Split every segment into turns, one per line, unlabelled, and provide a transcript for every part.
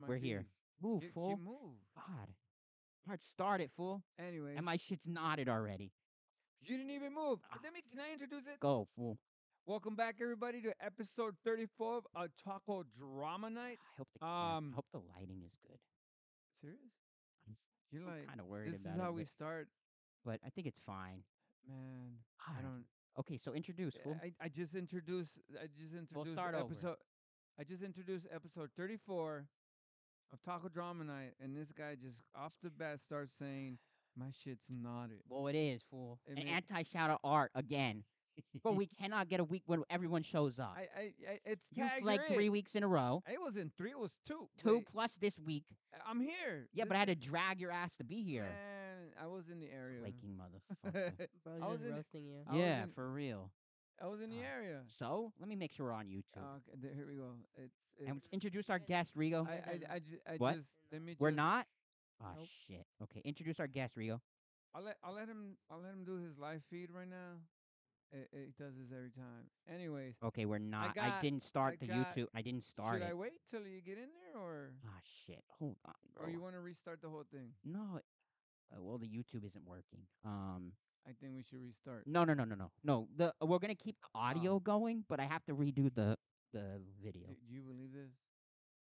my
We're
feet.
here. Move,
Ju- ju-
fool.
move.
God. Hard started, fool.
Anyways,
And my shit's knotted already.
you didn't even move.
Ah.
Let me can I introduce it?
Go, fool.
Welcome back, everybody, to episode 34 of a Taco Drama
I
Night.
hope the cam-
Um,
I hope the lighting is good.
Serious?
I'm,
You're like,
kind of worried
this is
about
how
it,
we
but,
start,
but I think it's fine.
man.
God.
I don't.
Okay, so introduce, fool.
I, I just introduced. I just introduced
start over.
episode. I just introduced episode 34 of Taco Drama Night, and this guy just off the bat starts saying, "My shit's knotted."
well, it is, fool.
I
An
mean-
anti-shout of art again. but we cannot get a week when everyone shows up.
I, I, I it's
you
tag,
Ah. like
you're
three
in.
weeks in a row.
It wasn't three. It was two.
Two
Wait,
plus this week.
I'm here.
Yeah, but
This-
I had to drag your ass to be here.
Man, I was in the area.
Flaking motherfucker.
Bro's
I was
just
in-
roasting you.
I was
yeah,
in-
for real.
I was in the
Ah.
area. Oh,
So let me make sure we're on YouTube.
Okay, there- here we go. It's, it's
and introduce our guest,
I,
Rigo.
I, I, ju- I
What?
just let me.
We're
just-
not. Ah,
Nope.
shit. Okay, introduce our guest, Rigo.
I'll let I'll let him I'll let him do his live feed right now. It, it does this every time. Anyways,
Okay, we're not. I,
got-
didn't start the
got-
YouTube. I didn't Oh, start
should I
it.
wait till you get in there, or
Ah, shit. Hold on, bro.
or Oh, you want to restart the whole thing?
no. Uh, well, the YouTube isn't working. Um.
I think we should restart.
No, no, no, no, no, no. The uh, we're gonna keep
Oh.
the audio going, but I have to redo the the video.
Do, do you believe this?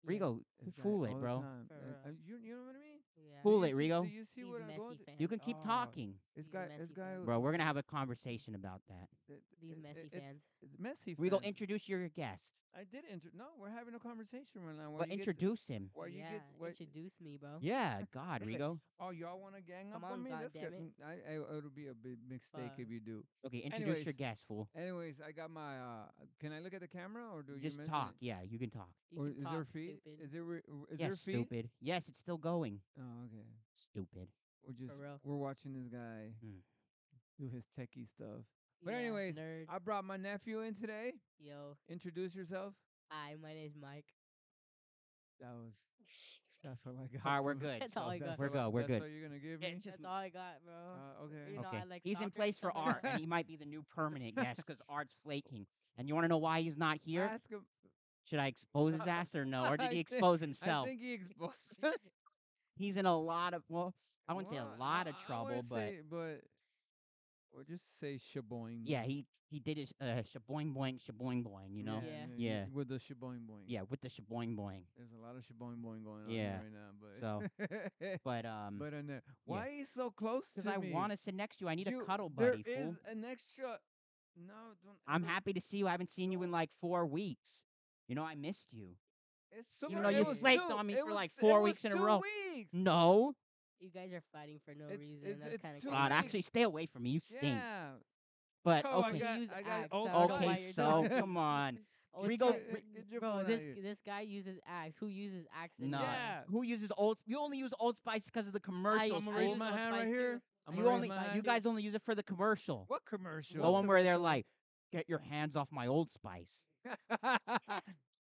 Rigo,
This guy
fool
all
it,
the
bro.
time.
For
Uh,
real.
you you know what I mean?
Yeah.
Fool
Do
it,
you see-
Rigo.
Do you see
He's
what
a
I'm
messy
going? through?
fan.
You can keep
Oh,
talking,
This
He's a
guy, this
messy
guy,
fan.
bro. We're gonna have a conversation about that.
th-
These
it-
messy
it- it's-
fans.
it's Messy.
Rigo,
fans.
introduce your guest,
I did intro. No, we're having a conversation right now. Where
but
you get to-
introduce him.
Where you
yeah,
get where,
introduce me, bro.
Yeah, God,
Okay.
Rigo.
Oh, y'all want to gang up
Come
on,
on,
me?
God
That's
damn
good. Mm, I, I, it'll be a big mistake if
Fuck.
you do.
Okay, introduce your
Anyways.
guest, fool.
Anyways, I got my. uh Can I look at the camera or do you
Just
miss
talk.
It?
Yeah, you can talk.
You
or
can
is
talk,
there feed?
stupid.
Is there re- is
yes,
there feed?
stupid. Yes, it's still going.
Oh, okay.
Stupid.
We're just
real.
we're watching this guy
Mm.
do his techie stuff. But
Yeah,
anyways,
nerd.
I brought my nephew in today.
Yo,
Introduce yourself.
hi, my name's Mike.
That was. That's all I got.
All right, we're
from-
good.
That's all I
that's
got.
We're
all I-
good, we're
that's
good.
all you're gonna give
It
me.
just-
That's all I got, bro.
Uh, okay.
You know,
okay.
I like
he's in
soccer,
place for
something
art,
like
and he might be the new permanent guest because art's flaking. And you want to know why he's not here?
Ask him.
Should I expose his ass or no? Or did
I
he
think-
expose
I
himself?
think he exposed. I
He's in a lot of well, I wouldn't say a lot of
I
trouble,
wouldn't
but
say- mm but or just say shaboing.
yeah, he he did his uh, shaboing boing shaboing boing. You know, yeah,
Yeah.
Yeah.
With the shaboing boing.
with the shaboing boing.
There's a lot of shaboing boing going on
Yeah.
here right now, but
So- But um,
but on that, why are you so close
because
to
I
me?
want to sit next to you, I need
You-
a cuddle
There
buddy.
is
fool.
an extra. No, don't.
I'm
ever-
happy to see you. I haven't seen you in
Don't-
like four weeks. You know, I missed you.
It's
even
somewhere-
though
it
you
was
flaked
two-
on me
it
for,
was-
like,
it
four
was
weeks in a
two
row.
Weeks.
No,
You guys are fighting for no
It's-
reason.
it's-
That's
it's
kind of
too
God,
weeks.
actually, stay away from me. You stink.
Yeah.
But
Oh, I
okay,
got-
use
I got
acts.
old
so I don't know
school.
why
okay,
you're
so
doing it.
come on,
Old
we
school-
go-
br-
Get your
bro.
phone out
This
here.
this guy uses axe. Who uses axe? in
no.
life?
Yeah.
Who uses old? You only use Old Spice because of the
I,
commercial.
I'ma
fool.
I
raise
use
my
Old
hand right
Spice too.
here.
I
I'ma
use
you
raise
Old
only,
my
Spice
you
hand.
too.
guys only use it for the commercial.
What commercial?
The one where they're like, "Get your hands off my Old Spice."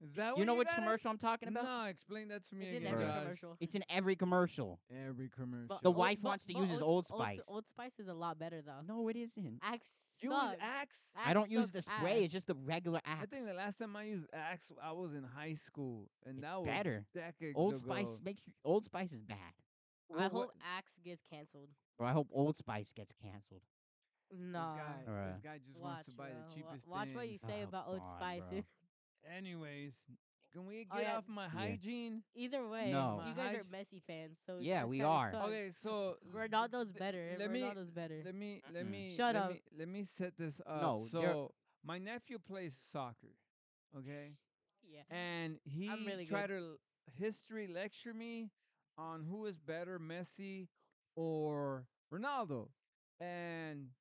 Is that
You know
what
which
got it?
commercial I'm talking about?
No, explain that to me
It's in
again.
every
Right.
Raj.
commercial.
It's in every commercial.
Every commercial.
The
Old-
wife
but-
wants to
but
use his Old Spice.
Old, Spice is a lot better though.
Uh, No, it isn't.
Axe
you use
sucks.
Axe.
I don't
Axe
use the
sucks
spray. It's
ass.
just the regular axe.
I think the last time I used Axe, I was in high school, and
It's
that was
better.
decades
Old
ago.
Spice makes you, Old Spice is bad.
I
Well,
hope
what-
Axe gets canceled.
Or I hope Old Spice gets canceled.
This
No.
guy,
Alright.
this guy just wants
watch,
to buy
bro.
the
Wa-
cheapest
Watch
thing.
what you say
Oh,
about Old
God,
Spice.
bro.
Anyways, can we get
Oh, yeah.
off my hygiene?
Either way,
No.
you guys
My
are
hyg-
Messi fans, so
Yeah,
this
we
kinda
are.
sucks.
Okay, so
Ronaldo's
th-
better.
let me-
Ronaldo's better.
Let me let
Mm-mm.
me
Shut
let
up.
Me, let me set this up.
Mm. No, you're-
so my nephew plays soccer, okay,
yeah.
and he
really
tried to l- history lecture me on who is better, Messi or Ronaldo, and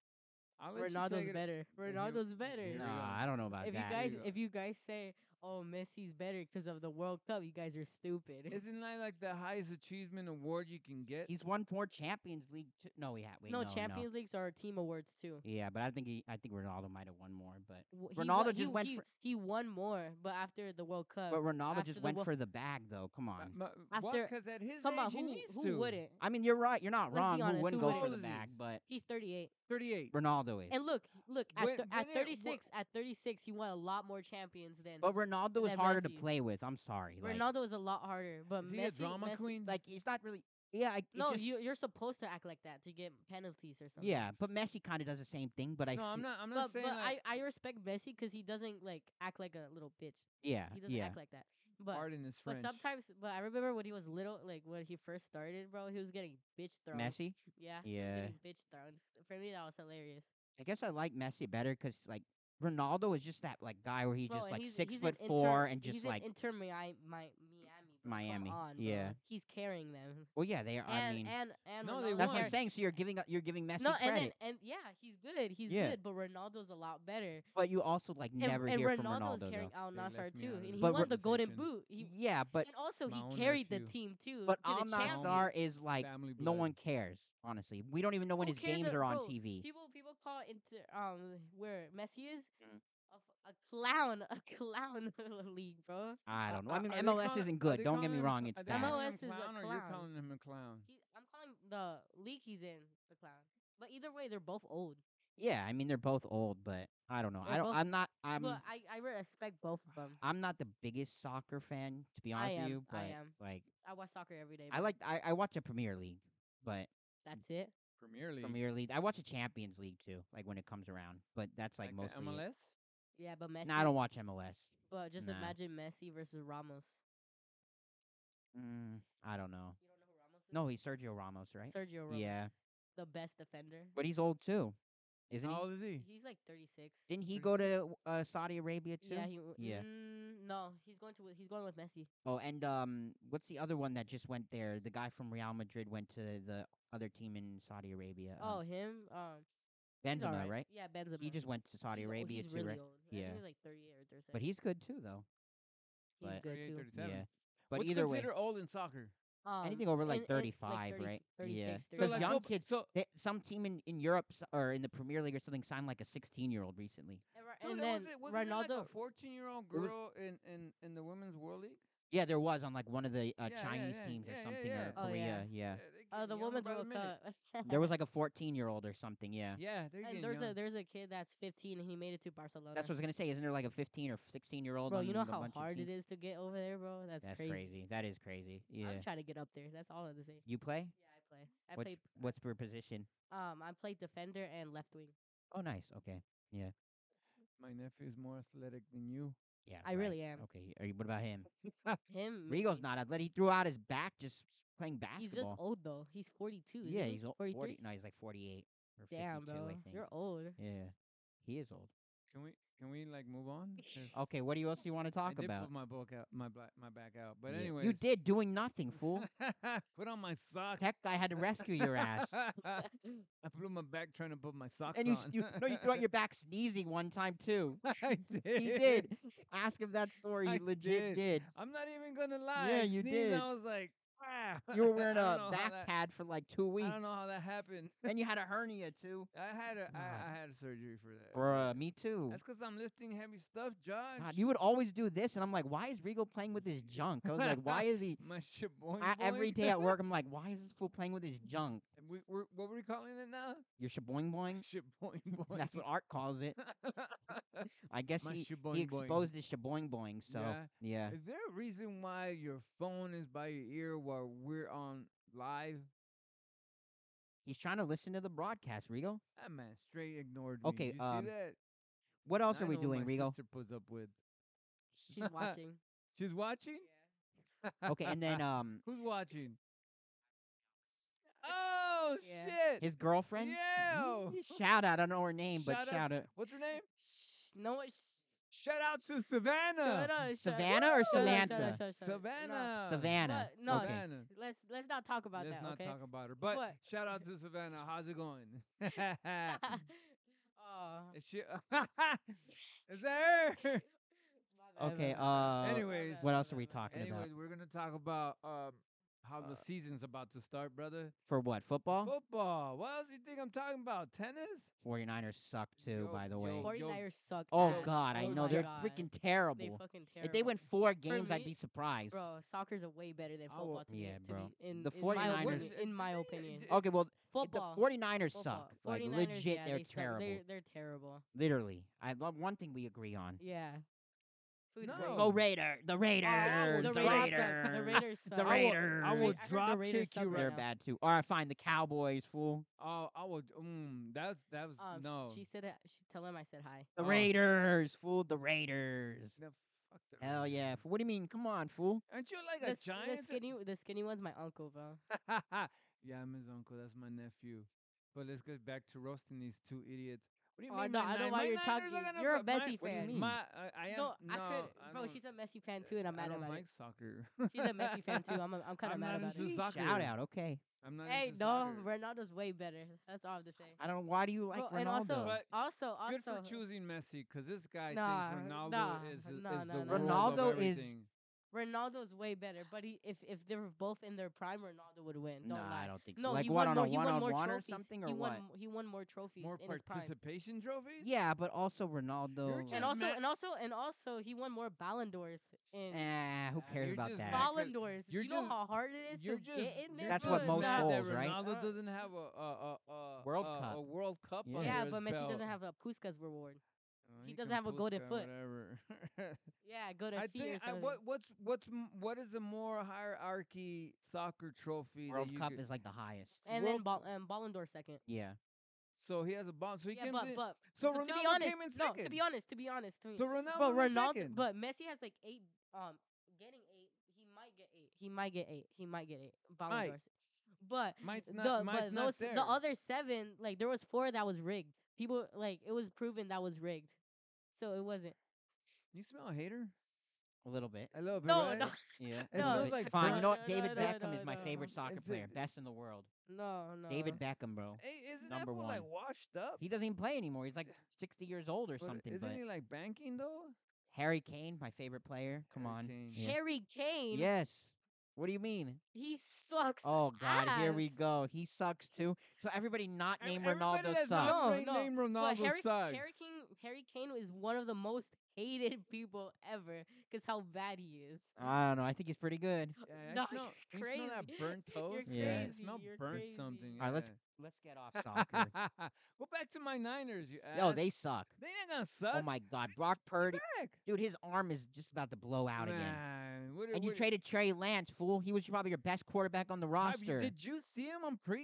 I'll let you take
Ronaldo's
it-
better.
we-
Ronaldo's
Here
better.
we
Nah,
go.
I don't know about
If you
that.
guys,
go.
if you guys say, "Oh, Messi's better because of the World Cup," you guys are stupid.
Isn't that like the highest achievement award you can get?
He's won four Champions League. T- no, he had. Wait,
no, Champions Leagues are team awards too.
Yeah, but I think he, I think Ronaldo might have won more, but
W- he
Ronaldo
wa-
just
he,
went
He,
for-
he won more, but after the World Cup,
but Ronaldo
Uh, after
just
the
went
wo-
for the bag though. Come
Uh,
on.
ma- what?
After-
Because at his
come
age,
on,
he
who
needs
who
to.
wouldn't?
I mean, you're right. You're not
Let's be
wrong.
honest,
Who wouldn't
who
go for the
wouldn't?
bag? But
He's 38.
Thirty-eight.
Ronaldo is.
And look, look at,
When-
thir-
when it-
at
wh-
36, at 36, he won a lot more champions than
but
s-
Ronaldo is
then
harder to
Messi.
play with. I'm sorry. Like,
Ronaldo is a lot harder, but
Is
Messi,
he a drama
Messi-
queen?
like it's not really. Yeah, I, it
No,
just-
you you're supposed to act like that to get penalties or something.
Yeah, but Messi kind of does the same thing. But I.
no, I'm
fe-
not. I'm not
But, but
saying like,
I, I respect Messi because he doesn't like act like a little bitch.
Yeah,
He doesn't
yeah.
act like that. But
Arden is
but
French.
sometimes but I remember when he was little, like when he first started, bro, he was getting bitch thrown.
Messi.
Yeah.
Yeah.
He was getting bitch thrown. For me that was hilarious.
I guess I like Messi better because like Ronaldo is just that like guy where he's
Bro,
just
and
like
he's-
six
he's in
foot
Inter-
four and
he's
just
in
like.
Inter Miami, Miami, bro. Come
Miami,
on, bro.
yeah.
He's carrying them.
well, yeah, they are.
and,
I mean,
and and
No, they
that's
Ronaldo's
what I'm
won.
carry-
saying. So you're giving up- you're giving Messi
No,
credit,
and, then, and yeah, he's good. He's
Yeah.
good, but Ronaldo's a lot better.
but you also like
And,
never
and
hear
Ronaldo's
from Ronaldo. though.
carrying Al
They left
Nassr
me
too,
out of
and
the
he
But
won
we're-
the Golden
conversation.
Boot. He,
yeah, but
and also
my own
he carried the
nephew.
team too.
but
to
Al
the champ.
Nassr is like
family blood.
no one cares. Honestly, we don't even know when
Who
his
cares
games
if-
are on
bro,
TV.
People people call into um where Messi is
Mhm.
a, f- a clown, a clown league, bro.
I don't know.
Uh,
I mean,
are they
MLS
calling-
isn't
are
good.
they
Don't get
calling
me
him a
wrong.
cl-
It's
are they
bad.
calling him
MLS is a
clown or You're
clown.
calling him a clown.
He, I'm calling the league he's in the clown. But either way, they're both old.
Yeah, I mean they're both old, but I don't know.
They're
I don't.
both-
I'm not. I'm.
but I, I respect both of them.
I'm not the biggest soccer fan, to be
I
honest
am,
with you. But
I am.
like,
I watch soccer every day.
I
bro.
like. I, I watch a Premier League, but
that's it.
Premier League.
Premier League. I watch a Champions League too, like when it comes around. But that's like,
like uh,
mostly.
the MLS.
Yeah, but Messi.
No, I don't watch MLS.
But just
Nah.
imagine Messi versus Ramos.
Mm, I don't know.
You don't know who Ramos is?
No, he's Sergio Ramos, right?
Sergio Ramos.
Yeah.
The best defender.
But he's old too, isn't
How
he?
old is he?
He's like 36.
Didn't he
Pretty
go to uh, Saudi Arabia too?
Yeah, he w-
Yeah.
Mm, no, he's going to he's going with Messi.
Oh, and um, what's the other one that just went there? The guy from Real Madrid went to the other team in Saudi Arabia. um,
Oh, him. Um, he's
Benzema,
alright.
right?
Yeah, Benzema.
He just went to Saudi
He's- oh,
Arabia
he's
too,
really
right?
Old. I think
Yeah.
he's like 38 or 37.
But he's good too, though.
he's
but-
good
38,
too.
37.
Yeah. But
What's
either way,
considered old in soccer?
Um,
anything over like
and- and,
35,
30
right?
36,
Yeah.
So
Because
37.
like
young
footb-
kids,
So
they, some team in in Europe s- or in the Premier League or something signed like a 16 year old recently.
And Ra-
Dude,
and
it
then
was it, wasn't
Ronaldo.
there like a 14 year old
It was-
girl in, in, in the Women's World League?
Yeah, there was on like one of the
Yeah,
uh,
yeah,
Chinese
yeah,
teams or
yeah, yeah,
something
yeah.
or
Oh,
Korea.
yeah.
yeah.
they
uh,
getting younger
the women's
by the
World
minute.
Cup.
there was like a 14 year old or something. Yeah.
Yeah, they're getting
and there's
young.
a there's a kid that's 15 and he made it to Barcelona.
That's what I was gonna say. Isn't there like a 15 or 16 year old?
bro. You know how hard it is to get over there, bro. That's,
That's
crazy.
That is crazy. Yeah.
I'm trying to get up there. That's all I'm saying.
you play?
Yeah, I play. I
what's
play.
what's your position?
Um, I play defender and left wing.
Oh, nice. Okay.
My nephew's more athletic than you.
Yeah.
I
right.
really am.
Okay. Are you, what about him?
Him.
Rigo's not athletic. He threw out his back just playing
He's just
basketball.
old though. He's 42. Isn't
yeah,
he?
he's old.
43?
40. No, he's like 48 or
Damn,
52,
bro.
I think.
You're old.
Yeah. He is old.
Can we can we like move on? 'Cause
Okay, what do you else do you want to
I
talk
did
about?
put my book out, my black, my back out. But
Yeah.
anyway,
You did doing nothing, fool.
put on my sock.
Tech guy had to rescue your ass.
I blew my back trying to put my socks
and you, s-
on.
you no, you threw out your back sneezing one time too.
I did.
He did. Ask him that story.
I
He
did.
legit did.
I'm not even gonna lie.
Yeah,
I
you
sneezed and
did.
I was like, ah.
You were wearing
I don't
a
know how
back
that-
pad for like two weeks.
I don't know how that happened.
and you had a hernia too.
I had a I,
God.
I had a surgery for that.
Bruh, me too.
That's because I'm lifting heavy stuff, Josh.
God, you would always do this, and I'm like, why is Rigo playing with his junk? I was like, why is he?
my shit boy.
I, every day at work, I'm like, why is this fool playing with his junk?
we, we're, what were we calling it now?
Your shaboing boing.
Shit boing boing.
That's what Art calls it. I guess
My
he,
shaboing
he
boing.
exposed his shaboing boing. So
Yeah.
yeah.
Is there a reason why your phone is by your ear while we're on live?
he's trying to listen to the broadcast, Rigo.
That man straight ignored me.
Okay,
Did you
um,
see that?
What else
I
are we
know what
doing,
my
Rigo?
Sister puts up with.
She's watching.
She's watching.
Okay, and then um,
Who's watching? Oh
Yeah.
shit!
his girlfriend.
Yo!
shout out. I don't know her name, but
Shout out
shout out.
What's her name?
Shh, no one.
Shout out to Savannah.
Shut up, shut up.
Savannah or
Shut up, shut up,
Samantha?
shut up, shut up. No.
Savannah.
Savannah.
But no,
okay.
Savannah.
s- let's let's not talk about
Let's
that.
not
okay.
talk about her. But
But-
shout out to Savannah. How's it going?
Aw.
Is she? is that her?
My bad,
Okay,
my bad.
uh,
Anyways.
what
my
else are
bad,
we
my bad.
talking about?
Anyways, we're gonna talk about um how
Uh,
the season's about to start, brother.
For what? Football?
Football. What else you think I'm talking about? Tennis?
49ers suck too,
Yo,
by the
yo,
way.
Yo,
49ers suck.
Oh
ass.
god, I
Oh
know
my
they're
God.
freaking
They
terrible.
fucking terrible.
If they win four games, I'd
me-
be surprised.
bro, soccer's a way better than
I
football.
will-
to me,
Oh, yeah,
to
bro.
me, in,
The
in my
49ers
opinion- in my
Did they-
opinion,
did-
Okay, well,
football.
the 49ers
football.
suck. Like
49ers,
legit,
yeah,
they're
they suck.
terrible.
They're, they're terrible.
Literally, I love one thing we agree on.
Yeah. Food's
No.
great.
Oh,
Go Raider, the Raiders,
Raiders,
the
the
Raiders
Raiders,
suck.
Raider,
suck. the Raiders, suck.
the
I will-
Raiders.
I
Wait,
will
heard the
drop
Raiders
kick
suck
you
right
right
They're
now.
bad too. All right, fine. The Cowboys, fool.
Oh, I will. Mm, that's that was
Um, sh-
no.
She said, hi- she tell him I said hi.
The
Oh.
Raiders, fool. The Raiders.
No, fuck the
Hell
Raiders.
yeah. fool, What do you mean? Come on, fool.
Aren't you like
The,
a
s- the
giant?
skinny, the skinny one's my uncle, bro.
yeah, I'm his uncle. That's my nephew. But let's get back to roasting these two idiots. What do you
Oh,
mean?
no,
my
I know
Nin-
why
my
you're
Niners
talking-
are gonna
you're a
bu- my-
Messi
what do you
fan.
mean?
My, I, I am
no, I could,
I
bro.
don't-
She's a Messi fan too, and I'm
I
mad
don't
about
like
it.
soccer.
She's a Messi fan too. I'm, a, I'm kind of
I'm
mad
not
about
into
it.
soccer.
Shout out. Okay.
I'm not
Hey,
into
no,
soccer.
Ronaldo's way better. That's all I have to say.
I don't. Why do you like
Bro, and
Ronaldo?
also,
But
also, also,
Good for choosing Messi, because this guy
Nah,
thinks Ronaldo
nah,
is, the-
nah,
is
nah,
the
nah,
world
nah.
of
Ronaldo is-
everything.
Ronaldo's way better. But he, if if they were both in their prime, Ronaldo would win. Don't
no,
lie.
I don't think so.
No,
like
he
what
won
on
more.
a
he won more
one-on-one
trophies.
or something or
he
what?
won. He won more trophies
More
in his prime.
participation trophies.
Yeah, but also Ronaldo.
just
And also,
mad-
and also, and also, he won more Ballon d'Ors. In
Eh, who
Uh,
cares
you're
about
just
that?
ball-
Ballon d'Ors.
you're
You know
just-
how hard it is
You're
to
just,
get in there.
you're
That's
just
what most
mad
nah.
that
goals, right?
Ronaldo
Uh,
doesn't have a, a, a, a
World
a,
Cup.
A World Cup.
Yeah.
under
Yeah,
his
but Messi
belt.
doesn't have a Puskas reward.
Oh,
he
can
doesn't have a golden
Puskas,
foot.
Whatever.
Yeah, go to
I
feet or
think I,
something.
what what's what's m- what is a more hierarchy soccer trophy? that
World
you
Cup
could-
is like the highest.
and
World
then Ball, um, Ballon d'Or second.
Yeah.
so he has a bomb. So he
yeah,
came
but,
in-
but
so
but
Ronaldo
to be honest,
came in
no,
second.
to be honest, to be honest, to me.
so Ronaldo's
but
in second.
Ronaldo, but Messi has like eight. Um, getting eight, he might get eight. He might get eight. He might get eight. Ballon
Might.
d'ors. But
mine's
the
not,
but
mine's not
those
there.
the other seven, like there was four that was rigged. People like it was proven that was rigged, so it wasn't.
You smell a hater?
A little bit.
A little bit.
No,
right?
no,
Yeah.
It smells like
fine.
blood.
you know what?
No,
David
no, no,
Beckham
no,
is my
no.
favorite soccer
It's a-
player, best in the world.
no, no.
David Beckham, bro.
Hey, isn't that
Number
fool, like
one.
washed up?
He doesn't even play anymore. He's like 60 years old or
But
something.
Isn't
but
he like banking though?
Harry Kane, my favorite player. Come
Harry
on.
Kane.
Yeah.
Harry Kane.
Yes. What do you mean?
He sucks.
Oh God, here we
ass.
go. He sucks too. So everybody not
Ev-
named
everybody
Ronaldo
that's not
sucks.
No,
named-
no,
named
But
Ronaldo
Harry,
sucks.
Harry Kane, Harry Kane is one of the most hated people ever because how bad he is.
Uh,
I don't know. I think he's pretty good.
Yeah, I
No,
smell,
you're
You smell that
crazy.
burnt
You're
toast?
Yeah.
I
crazy,
smell
you're
burnt
crazy.
something.
All right, let's
yeah.
Let's get off soccer.
Go back to my Niners, you ass.
oh, they suck.
they ain't gonna suck.
Oh my God, Brock Purdy,
Back.
dude, his arm is just about to blow out again.
Man, what, a-
And you
what a-
traded Trey Lance, fool. He was probably your best quarterback on the
Have you-
roster.
Did you see him on preseason?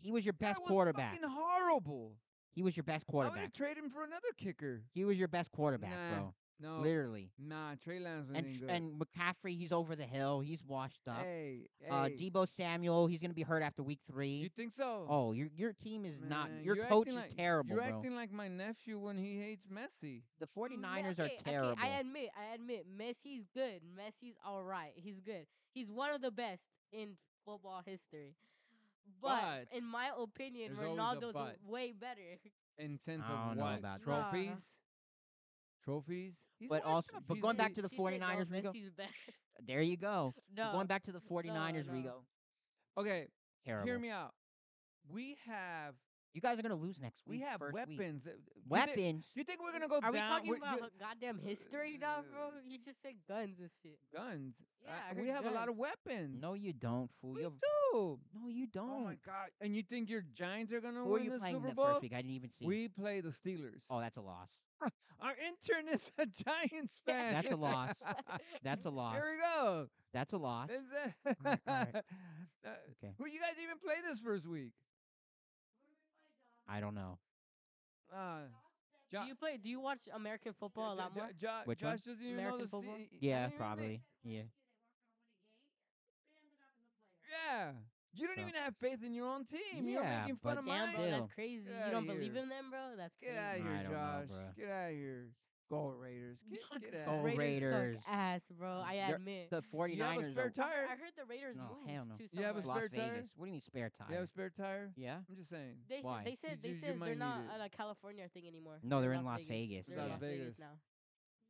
He was your
Guy
best
was
quarterback.
Fucking horrible.
He was your best
I would
quarterback.
have traded him for another kicker.
He was your best quarterback,
Nah,
bro.
No,
Literally.
nah. Trey Lance
And
wasn't
tr-
good.
and McCaffrey, he's over the hill. He's washed up.
hey, hey,
Uh, Debo Samuel, he's gonna be hurt after week
you
three.
think so?
Oh, your your team is not.
Man,
Your
you're
coach
acting
is
like-
terrible,
You're
bro.
acting like my nephew when he hates Messi.
The
Me-
49ers
okay,
are terrible.
Okay, I admit, I admit, Messi's good. Messi's all right. He's good. He's one of the best in football history. But,
But
in my opinion,
there's always a
Ronaldo's
but.
way better.
In sense
I
of
don't know
what?
Oh, about that.
Nah.
Trophies. Trophies. He's
But
washed
also-
up.
but
He's-
going back
he-
to the
She said, no,
49ers, Rigo.
Messi's better.
there you go. You're
no,
Going back to the 49ers,
no.
Rigo.
Okay,
Terrible.
hear me out. We have
You guys are gonna lose next
we
week.
have
first week.
weapons. that- you thi-
Weapons.
You think we're gonna go
Are
down?
we talking
we're-
about
you-
h- goddamn history, dog, bro? You just said guns and shit.
guns?
Yeah,
Uh,
I
we
heard
have a lot of
guns.
weapons.
No, you don't, fool.
we
you have,
do.
No, you don't.
Oh my god! And you think your Giants are gonna
Who are
win
you
the
playing
Super
the
Bowl?
first week? I didn't even see.
We play the Steelers.
oh, that's a loss.
Our intern is a Giants fan.
That's a loss. That's a loss.
Here we go.
That's Oh a loss.
Is
right,
that-
all
Uh,
Okay.
Who you guys even play this first week?
I don't know.
Uh, Jo-
Do you play? Do you watch American football a
Jo-
lot
Jo-
more?
Jo-
Which one?
Josh doesn't even know
American
the
football?
C- I
Yeah,
don't even
probably.
think-
Yeah.
Yeah. You don't
So-
even have faith in your own team. You're
Yeah,
making fun
but
of
Damn,
mine.
bro,
Still.
that's crazy.
Get
you don't
outta
believe
here.
in them, bro? That's
Get
crazy.
out of
I
here,
don't know,
Josh.
bruh.
get out of here. Go Raiders. Get, get out.
Go
Raiders.
Oh, Raiders.
suck ass, bro. I
You're-
admit.
You
The
have a
49ers
spare
are
tire?
I heard the Raiders
No,
moved
hell no.
to
You have a
somewhere.
Las
spare tire?
Vegas. What do you mean spare
You have
tire?
a spare tire?
Yeah.
I'm just saying.
They,
Why?
said, they said
You-
they
you
said
might
they're
need
not
it.
at a California thing anymore.
No, they're in Las Vegas.
They're in
Las
Las Vegas
Vegas.
now.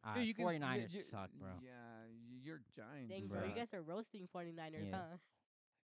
Uh,
Dude, you can-
49ers
you- you-
suck, bro.
Yeah, y- you're Giants.
Dang,
bro.
bro, you
Bruh.
guys are roasting 49ers,
Yeah.
huh?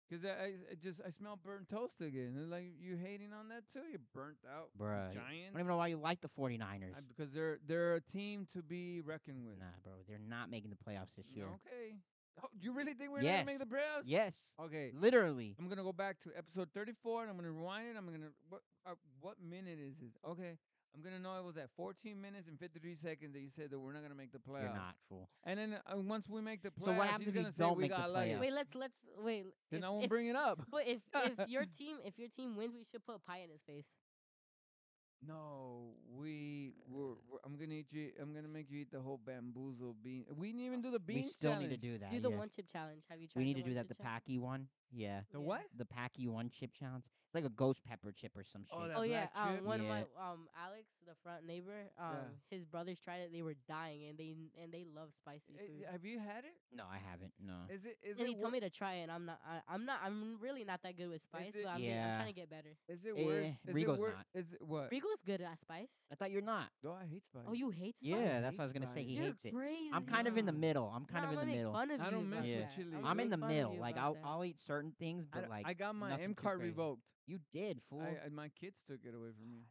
Because I, I- I just I smell burnt toast again. And like you hating on that too? You burnt out
Bruh. I
Giants.
don't even know why you like the 49ers.
I- because they're they're a team to be reckoned with.
Nah, bro. They're not making the playoffs this year.
Okay. Oh, you really think we're not gonna make
Yes.
the playoffs?
Yes.
Okay.
Literally.
I'm gonna go back to episode 34 and I'm gonna rewind it. I'm gonna what uh, what minute is this? Okay. I'm gonna know it was at 14 minutes and 53 seconds that you said that we're not gonna make the playoffs.
You're not fool.
And then uh, once we make the playoffs,
So what happens
he's
if we
gonna say
don't
we
make the
got lucky.
playoffs?
Wait, let's let's wait.
Then
if-
I won't
if-
bring it up.
But if if your team if your team wins, we should put pie in his face.
No, we were, we're. I'm gonna eat you. I'm gonna make you eat the whole bamboozle bean. We didn't even do the bean
Oh, We still
challenge.
need to do that.
do the
yeah.
one chip challenge. Have you tried?
We need
the
to do
one
that.
chip
The
challenge?
packy one. Yeah.
the
Yeah.
what?
The packy one chip challenge. It's like a ghost pepper chip or some shit.
that-
Oh yeah,
black
um,
chip?
one
Yeah.
of my um Alex, the front neighbor, um,
Yeah.
his brothers tried it. They were dying, and they n- and they love spicy
Eh,
food.
have you had it?
no, I haven't. No.
Is it? Is
and
it?
he
wor-
told me to try it. And I'm not. I, I'm not. I'm really not that good with spice,
it-
but I'm, I'm
Yeah.
trying to get better.
Is it
Eh,
worse? is
Rigo's
it wor-
not.
Is it what?
Rigo's good at spice.
I thought you're not.
No, I hate spice.
Oh, you hate spice?
Yeah, that's what I was
hates
gonna say. He
You're
hates it.
crazy.
I'm kind of in the
Nah.
middle. I'm kind
Nah,
of in
I'm
the
gonna
middle.
Make fun of
I
you
don't
about
mess
with
that.
chili.
gonna
I'm in
make
the
fun of
middle.
you
Like
about
I'll
that.
I'll eat certain things,
I,
but
d-
like
I got my
nothing
M
too
card
crazy.
revoked.
You did, fool.
I, I, my kids took it away from me.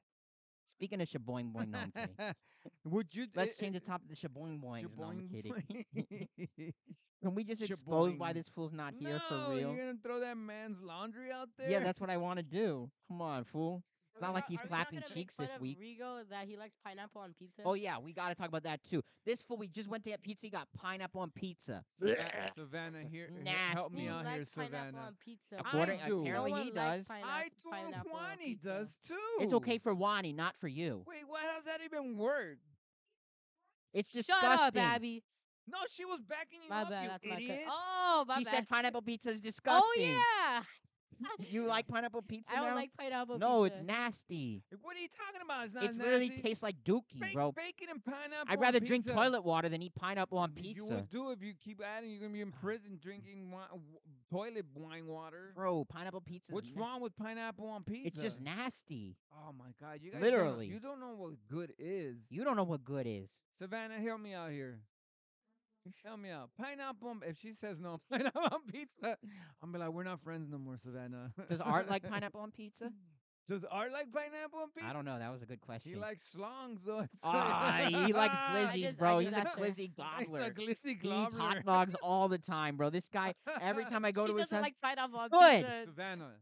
Speaking of shaboing boing, no, I'm kidding.
Would you?
Let's
eh,
change the
eh,
top to shaboing boings. No, I'm kidding.
Jaboing.
Can we just expose why
Shaboing.
this fool's not here
no,
for
You're
real?
gonna throw that man's laundry out there?
Yeah, that's what I want to do. Come on, fool.
Are
not
we
like he's
are we
clapping
gonna make
cheeks
fun
this
of
week.
Rigo that he likes pineapple on pizza.
Oh yeah, we gotta talk about that too. This fool, we just went to get pizza. He got pineapple on pizza.
Savannah, uh, Savannah here. he- Help me
Nasty.
Who
out here,
likes pineapple
Savannah.
on pizza?
I
According,
do. No
apparently
one
he
likes
does.
pineapple-
I do.
pineapple on
Juani
pizza.
does too.
It's okay for Wani, not for you.
Wait, why does that even work?
It's disgusting.
Shut up, Abby.
No, she was backing you
My
up,
bad.
you
That's my
idiot.
cut. Oh, my
she
bad.
said pineapple pizza is disgusting.
oh yeah.
You like pineapple pizza
I don't
now?
like pineapple.
no,
pizza.
it's nasty.
What are you talking about? It's not
It's
nasty.
literally tastes like dookie,
Bake-
bro.
Bacon and pineapple.
I'd
on
rather drink
pizza.
toilet water than eat pineapple on
Y-
pizza.
You would do if you keep adding. You're gonna be in
Ah.
prison drinking wi- w- toilet wine water.
Bro, pineapple pizza.
What's wrong with pineapple on pizza?
It's just nasty.
Oh my god, you guys don't-
Literally.
you don't know what good is.
You don't know what good is.
Savannah, help me out here. Help me out. Pineapple. on- If she says no, pineapple on pizza, I'm be like, we're not friends no more, Savannah.
Does Art like pineapple on pizza?
Does Art like pineapple on pizza?
I don't know. That was a good question.
He likes slongs though. it's-
Ah, he likes
Ah,
glizzies,
just- I
bro. He's a
just asked her.
glizzy
He's a
gobbler.
glizzy
He eats hot
globbler.
dogs all the time, bro. This guy. Every time I go
she
to his
doesn't
house,
like pineapple on
Good.
pizza.
Savannah,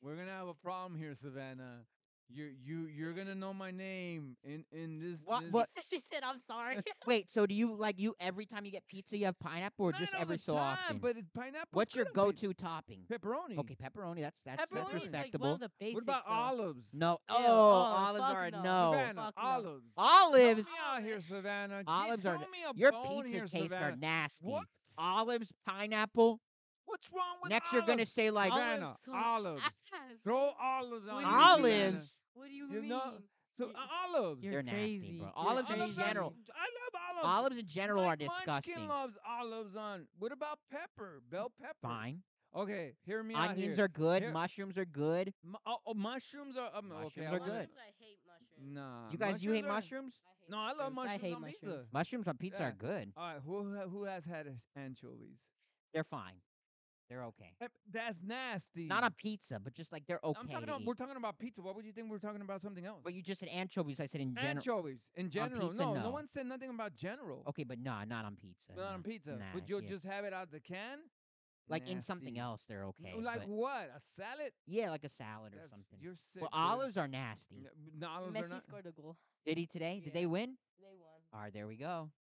we're gonna have a problem here, Savannah. You you you're gonna know my name in in this.
What-
this-
what-
she said, "I'm sorry."
wait. So do you like you every time you get pizza, you have pineapple, or
Not
just
all
every
the
so
time,
often?
But it's pineapple.
What's your go-to topping?
Pepperoni.
Okay, pepperoni. That's that's, that's
Pepperoni is like
respectable.
one of the basics.
What about
though.
olives?
no.
Ew,
oh,
oh,
olives
fuck
are a
no.
no.
Savannah,
Fuck no.
olives. Throw
Olives.
me out here, Savannah. Gi-
Olives
throw
are-
me a
Your
bone
pizza
here,
tastes
Savannah.
are nasty.
What?
Olives, pineapple.
What's wrong with
Next,
olives?
you're gonna say like
Olives
Savannah,
so-
olives. Throw olives on
What
me,
do you mean?
Savannah.
olives.
what do you,
You
mean?
know, So uh, olives.
You're
They're nasty,
crazy.
bro.
You're
Olives in
Olives
crazy.
general.
on- I love olives.
Olives in general are
Mike Munchkin
disgusting.
loves olives on. What about pepper? Bell pepper.
Fine.
Okay, hear me out
Onions
here.
are good.
Here-
Mushrooms are good.
Mu- oh, oh, mushrooms are. Um, okay,
Mushrooms
I
are
like-
good.
Mushrooms, I hate mushrooms.
Nah.
You guys, you hate
Uh, are-
mushrooms?
I hate
No, I love mushrooms.
I hate
on pizza.
mushrooms.
Mushrooms on pizza
Yeah.
are good.
All right, who ha- who has had as- anchovies?
They're fine. They're okay.
Eh, That's nasty.
Not on pizza, but just like they're okay.
I'm talking
to
about,
eat.
we're talking about pizza. Why would you think we're talking about something else?
but you just said anchovies. I said in general.
anchovies in general.
pizza,
no, no,
no.
one said nothing about general.
okay, but nah, not on pizza.
Not on
nah,
pizza.
nah,
but you'll
yeah.
just have it out the can.
like in something
Nasty.
else. They're okay.
N- Like
but-
what? A salad?
yeah, like a salad or
That's-
something.
You're sick.
Well,
dude.
olives are nasty.
N- No, olives are
Messi
not.
scored a goal.
Did he today?
Yeah.
Did they win?
They won.
All right, there we go.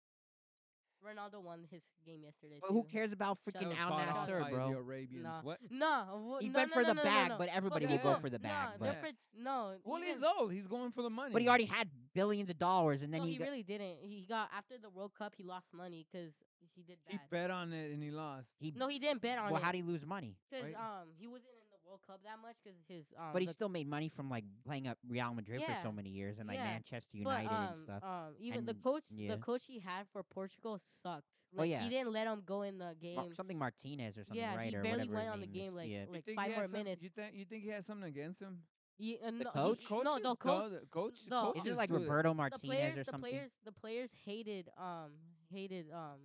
Ronaldo won his game yesterday.
But who
too.
cares about
That
freaking
was
Al
bought out by
Nasser,
Nasser,
The
bro?
Arabians.
Nah.
What?
No, wh-
He
no,
went
no,
for
no,
the
no, no,
bag,
no.
but everybody
will go
no,
for the bag,
No,
but-
different- no.
Well,
he
he's
didn't-
old. He's going for the money.
But he already had billions of dollars, and then
No,
he,
he
got,
really didn't. He got after the World Cup. He lost money because he did
He
bad.
bet on it and he lost.
he
No, he didn't bet on
well,
it.
how do you lose money?
Because
Right.
um, he wasn't in the World Cup that much because his um.
But he
the-
still made money from like playing at Real Madrid for
Yeah.
so many years and like
Yeah.
Manchester
but,
United
um,
and stuff.
um, even the
And-
coach,
yeah.
the coach he had for Portugal sucked.
Oh,
Like,
yeah.
he didn't let him go in the
Mar-
game.
something Martinez or something,
yeah,
right?
he
or whatever
barely
his
went on the
name
game
is.
like
yeah.
You
like
think he
five
had
more
some-
minutes.
You think you think he has something against him?
Ye- uh, no, he-
coach?
no, the
Coaches?
coach,
the coach.
no,
Isn't
coaches
it like
do
Roberto
the
Martinez
players,
or
the
something?
players, the players hated um hated um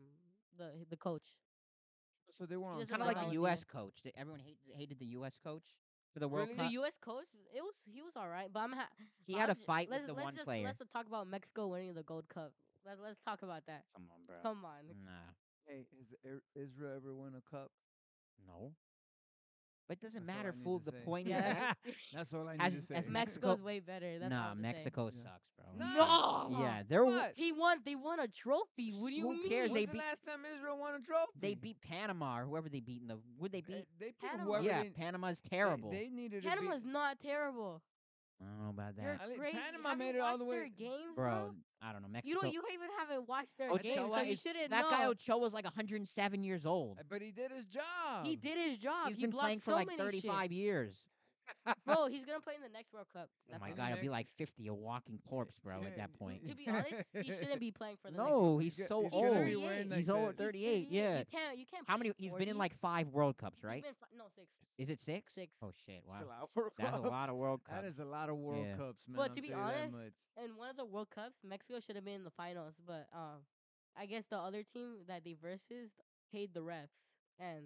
the the coach.
So they were
He
on.
doesn't
Kind of
like
like the
Valentina.
U.S. coach. Did Everyone hated, hated the U.S. coach for the World
Really?
Cup.
The U.S. coach, it was he was all right, but I'm ha-
he
but
had a
I'm ju-
fight
let's,
with the
let's
one
just,
player.
Let's talk about Mexico winning the Gold Cup. Let's let's talk about that.
Come on, bro.
Come on,
Nah,
Er, Hey, has Ir- Israel ever won a cup?
no. But it doesn't
That's all
matter,
I need
fool.
to
The
say.
point
Yeah,
is,
that's-
That's all I need
As-
to say.
as Mex-
Mexico's
Mexico-
way better. That's
nah,
all I'm saying.
Mexico
Yeah.
sucks, bro.
No!
Yeah, they're w-
What?
He won. They won a trophy. What do you
Who
mean?
cares?
When's
They
the
beat-
last time Israel won a trophy?
they beat Panama or whoever they beat in the would they
Uh,
beat?
They beat
Panama.
whoever.
yeah,
they, they-
Panama's terrible.
They, needed. to
Panama's
beat-
not terrible.
I don't know about
They're
that,
I think
crazy.
Panama
Have you
made it all the
watched their
way-
games,
bro. I don't know
You
Mexico.
don't. You even haven't watched their
Oh,
games,
Ochoa
so you
is-
shouldn't
that
know.
guy Ochoa was like 107 years old.
uh, But he did his job.
he did his job.
He's
he
been
blocked
playing for
so
like
many shit.
35 years.
Bro, he's gonna play in the next World Cup.
Oh
That's
my
what
all.
I'm
god, he'll be
saying.
like 50, a walking corpse, bro. At that point,
To be honest, he shouldn't be playing for the next. World
no, he's
He's
so
he's
old.
gonna be
He's
wearing
He's
like
old,
the-
Cup. He's
38.
38.
Yeah.
You can't. You can't.
How
play
many? He's been in
40.
like five World Cups,
He's
right?
been fi- no six.
Is it six?
Six.
Oh shit!
That's a
Wow,
lot of World
that's a
Cups.
lot of World
That
Cups.
is a lot of World
Yeah.
Cups, man.
But
I'll
to be
tell you that
honest,
much.
in one of the World Cups, Mexico should have been in the finals, but um, I guess the other team that they versus paid the refs, and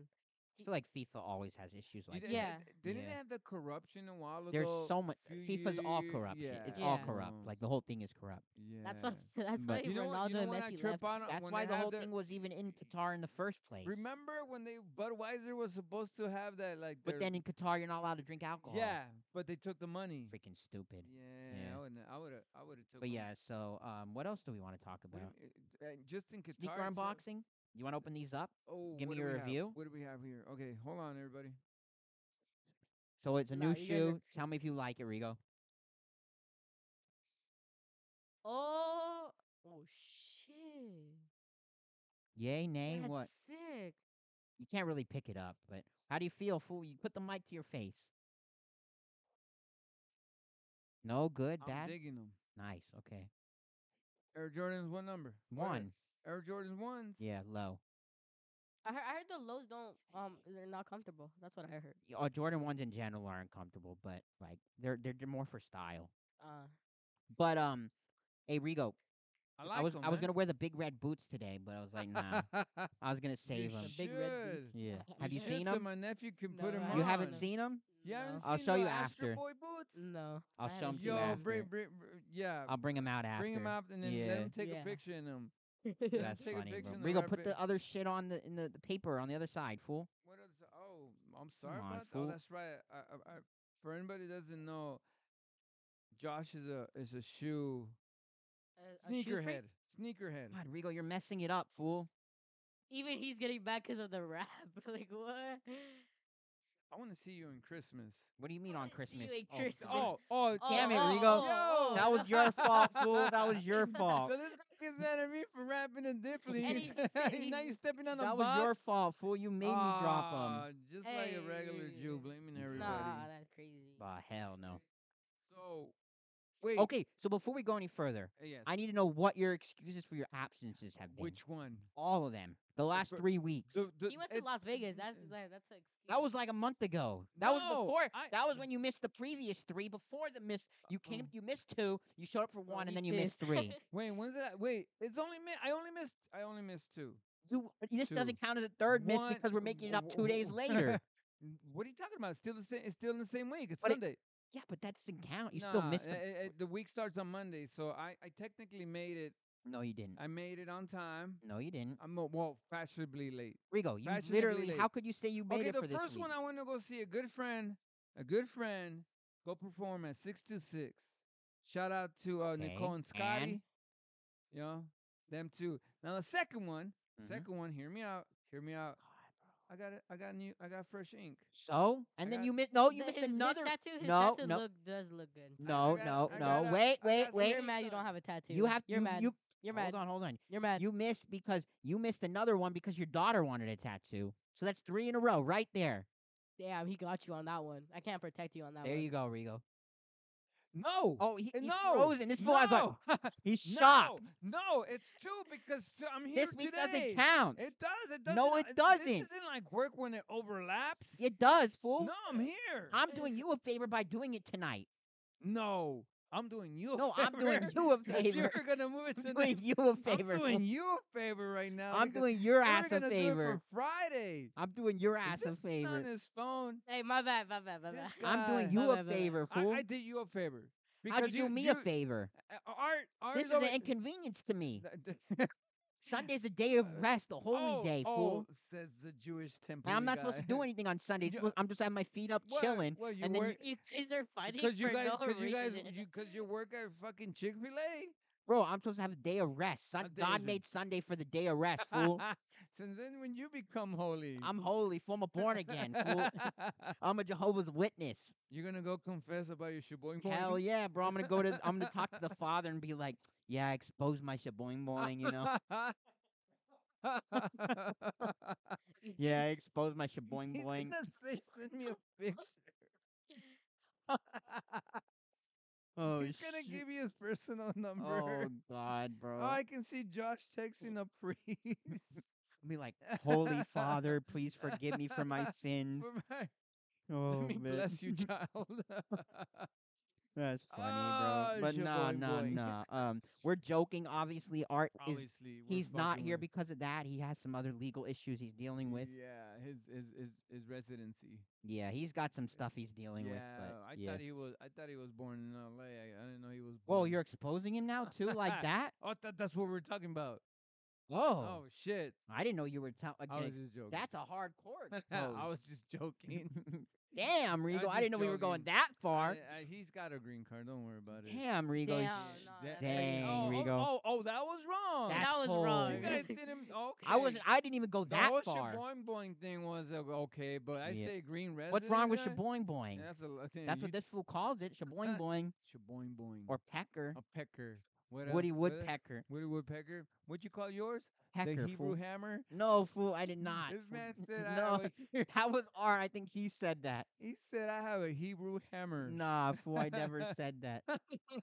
I feel like FIFA always has issues like
You
that.
didn't-
Yeah.
Didn't
Yeah.
it have the corruption a while ago?
There's so much.
few
FIFA's all
year-
corruption. It's
yeah.
all
Yeah.
corrupt. Like the whole thing is corrupt.
Yeah.
that's why that's
But-
why
You know what-
Ronaldo
you know
and
when I
Messi
trip
left.
on
That's
when
why
they
the
had
whole thing was even in Qatar in the first place.
Remember when they Budweiser was supposed to have that like
But
their-
then in Qatar, you're not allowed to drink alcohol.
Yeah, but they took the money.
Freaking stupid.
Yeah,
Yeah.
I wouldn't I would have I would have took
But
them.
yeah, so um, what else do we want to talk
What do
about?
you mean, uh, and just in Qatar
Sneaker
it's so-
unboxing? You want to open these up?
Oh,
Give
what
me
do
your
we have?
review.
What do we have here? Okay, hold on everybody.
So it's a
Nah,
new
you guys are
shoe. Tell me if you like it, Rigo.
Oh, oh shit!
Yay, nay,
that's
what?
sick.
You can't really pick it up, but how do you feel, fool? You put the mic to your face. No good,
I'm
bad.
digging them.
Nice. Okay.
Air Jordans what number? What are
One.
they? Air Jordans ones.
Yeah, low.
I heard, I heard the lows don't um they're not comfortable. That's what I heard.
Y- Uh, Jordan ones in general are uncomfortable, but like they're they're j- more for style.
Uh,
But um, hey Rigo,
I like
I was
'em,
I was
man.
gonna wear the big red boots today, but I was like, nah, I was gonna
you
save them.
big red
should.
boots.
Yeah. Have you
should
seen
so
them?
My nephew can
No,
put them on.
You haven't
No.
seen them?
You haven't
no.
I'll
seen
show
the
you
Astro
after.
Boy boots?
No,
I'll
I
show 'em
haven't
to you
Yo,
after.
bring, bring, br- yeah,
I'll bring them out after.
bring them out and then
Yeah.
let him take
Yeah.
a picture in them.
seen
Yeah,
That's
take a
funny,
picture
bro.
in the
Rigo,
red
put
bit.
the other shit on the in the, the paper on the other side, fool.
What is? Oh, I'm sorry
Come on,
about that.
fool.
Oh, that's right. I, I, I, for anybody that doesn't know, Josh is a is a shoe
A- a shoe freak?
sneakerhead. Sneakerhead.
God, Rigo, you're messing it up, fool.
Even he's getting back because of the rap. like what?
I want to see you in Christmas.
What do you mean
I
on
wanna see you
Christmas?
at
Oh,
Christmas.
God.
Oh, oh,
damn it, Rigo.
oh,
that was your fault, fool. That was your fault.
So this guy gets mad at me for rapping it differently.
And
He's-
he's sit-
now
he's-
you're stepping on
that
a
was
box.
your fault, fool. You made me drop them.
Ah, Just like a regular
Hey.
Jew blaming everybody.
Nah, that's crazy.
Bah, hell no.
So, wait.
Okay, so before we go any further,
uh, Yes.
I need to know what your excuses for your absences have been.
Which one?
all of them. The last
fir-
three weeks.
The- the-
He went to
it's- Mm.
Las Vegas. That's that, that's like
that was like a month ago. That was
No,
before.
I-
that was when you missed the previous three. Before the miss, you came.
oh.
You missed two. You showed up for one, and
he
then you missed
pissed.
three.
Wait, when's that? Wait, it's only mi- I only missed. I only missed two.
You, this does doesn't
Two.
count as a third miss
One-
because we're making it up
w-
two days
w-
later.
N- what are you talking about? Still the same. It's still in the same week. It's
But it-
Sunday.
yeah, but that doesn't count. You still
Nah,
missed.
uh,
The,
uh, uh, the week starts on Monday, so I I technically made it.
no, you didn't.
I made it on time.
No, you didn't.
I'm uh, well fashionably late.
Rigo, you
fashionably
literally.
late.
How could you say you made
okay,
it
the
for this
first
week?
one I went to go see a good friend, a good friend, go perform at six to six. Shout out to uh, Nicole
Okay,
and Scotty.
and?
You know, them two. Now the second one,
Mhm.
second one. Hear me out. Hear me out.
God.
I got it. I got new. I got fresh ink.
So,
I
and then
got-
you missed. No, you
The-
missed
his,
another.
His tattoo, his
No,
tattoo
no.
look does look good.
I
No,
got-
no,
I
no.
got a-
Wait,
I
wait,
got
wait.
You're
some
mad you don't
stuff.
have a tattoo.
You have
You're
you,
mad.
You,
You're
hold
mad.
on, hold on.
You're mad.
You missed because you missed another one because your daughter wanted a tattoo. So that's three in a row, right there.
Damn, he got you on that one. I can't protect you on that
There
one.
you go, Rigo.
No.
Oh, he,
Uh,
he's
no.
frozen. This fool, I was like,
no.
he's shocked.
No, no, it's two because so I'm here
This week
today.
doesn't count.
It does. It does.
No, it doesn't.
This isn't like work when it overlaps.
It does, fool.
no, I'm here.
I'm doing you a favor by doing it tonight.
no, I'm doing you. A
No, I'm
favor.
doing you a
'Cause
favor.
You're gonna move it to
I'm doing
next-
you a favor.
I'm
fool.
doing you a favor right now.
I'm
because
doing your
we're
ass a
gonna do it
favor.
for Friday.
I'm doing your
Is
ass a
this man on
favor.
his phone.
Hey, my bad, my bad, my
This
bad.
guy-
I'm doing
God.
you
My
a
bad, my bad.
favor,
I,
fool.
I did you a favor.
How'd
Because
you do me a favor?
uh, Art, art
This
is
is an
over-
inconvenience to me.
Th- th-
Sunday's a day of rest, a holy
oh,
day,
oh,
fool.
says the Jewish temple.
And I'm not supposed to do anything on Sunday.
Yeah.
Suppo- I'm just having my feet up,
Well,
chilling.
Well, you
and then
work
You guys are fighting
because you
for
guys,
no
because
reason.
you guys, you because you work at fucking Chick Fil A.
Bro, I'm supposed to have a day of rest. Sun-
A day
God
is a-
made Sunday for the day of rest, fool.
Since then, when you become holy,
I'm holy, fool. I'm a born again, fool. I'm a Jehovah's Witness.
You're gonna go confess about your shaboing boing?
Hell yeah, bro. I'm gonna go to I'm gonna talk to the father and be like, yeah, I exposed my shaboing boing, you know. Yeah, I exposed my shaboing
He's
boing.
gonna say, send me a picture.
Oh,
He's gonna
shit.
give you his personal number.
Oh god, bro.
Oh, I can see Josh texting a priest.
I'll be like, Holy Father, please forgive me for my
For
sins.
For my,
oh,
let me
man.
bless you, child.
That's funny,
Ah,
bro. But nah,
shaboing
nah,
boing.
nah. Um, we're joking. Obviously, Art is
Obviously, we're
he's not
fucking
here
with-
because of that. He has some other legal issues he's dealing with.
Yeah, his his his his residency.
Yeah, he's got some stuff he's dealing with.
Yeah,
But
I
yeah.
thought he was. I thought he was born in L.A. I, I didn't know he was. Born.
Whoa, you're exposing him now too, like that?
Oh, that, that's what we're talking about.
Whoa,
Oh, shit!
I didn't know you were telling.
I was just joking.
That's a hardcore. expose.
I was just joking.
Damn, Regal, I
just
didn't know we were going
joking.
that far.
I- I- he's got a green card. Don't worry about it.
Damn, Regal.
Damn,
sh-
Sh-
no,
da-
that's
Dang,
oh,
Rigo.
Oh, oh, oh, that was wrong.
That's
That was
cold.
wrong.
you guys didn't. Okay.
I wasn't. I didn't even go
That
that
whole
far.
Shaboing Boing thing was uh, okay, but I
Yeah.
say green red.
What's wrong with
guy?
shaboing boing?
That's a lot.
That's what this fool calls it, shaboing boing
Shaboing Boing.
or pecker,
a pecker. What
Woody
else? What else?
Woodpecker,
Woody Woodpecker. What'd you call yours?
pecker.
the Hebrew
fool.
hammer.
no, fool, I did not.
This
fool.
man said I.
no,
Have a,
that was R. I think he said that.
he said I have a Hebrew hammer.
Nah, fool, I never said that.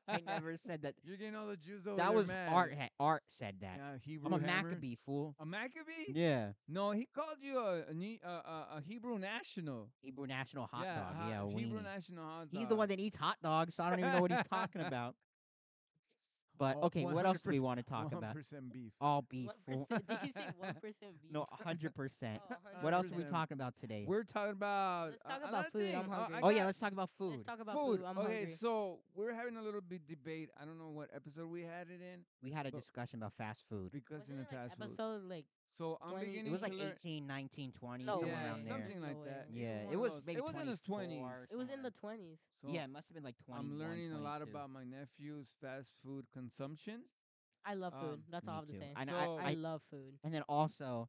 I never said that.
Oh, You're getting all the Jews over
That
there
was
mad.
Art. ha- Art said that.
Yeah, Hebrew
I'm a
hammer. Oh,
Maccabee fool.
A Maccabee?
Yeah,
No, he called you a a, ne- a, a, a Hebrew national.
Hebrew national hot
yeah,
dog.
ha-
yeah, a
Hebrew
weenie.
national hot dog.
He's the one that eats hot dogs, so I don't even know what he's talking about. But
Oh,
okay, what else do we
100%
want to talk about?
100% beef.
All beef.
What
fool.
percent? Did you say one percent beef?
No, hundred percent.
Oh, a
What else are we
100%.
talking about today?
We're talking about.
Let's talk
uh,
about
another
food,
thing.
I'm
Uh,
hungry.
I
oh yeah,
got-
let's talk about food.
Let's talk about
food.
food. I'm
okay,
hungry.
so we're having a little bit debate. I don't know what episode we had it in
we had a
so-
discussion about fast food.
because
Wasn't
in the
it like
fast food.
episode like
So I'm
20
beginning
It was like
to learn.
18, 19, 20,
No
somewhere
way.
yeah,
around there.
something like
No way.
that.
Yeah,
Either one
it
of
was
those.
maybe
it was in his
24.
twenties.
it was in the twenties.
So
yeah, it must have been like twenty.
I'm learning a lot about my nephew's fast food consumption.
I love food.
Um,
That's all I have to say.
And
So-
I,
I
I,
love food.
and then also,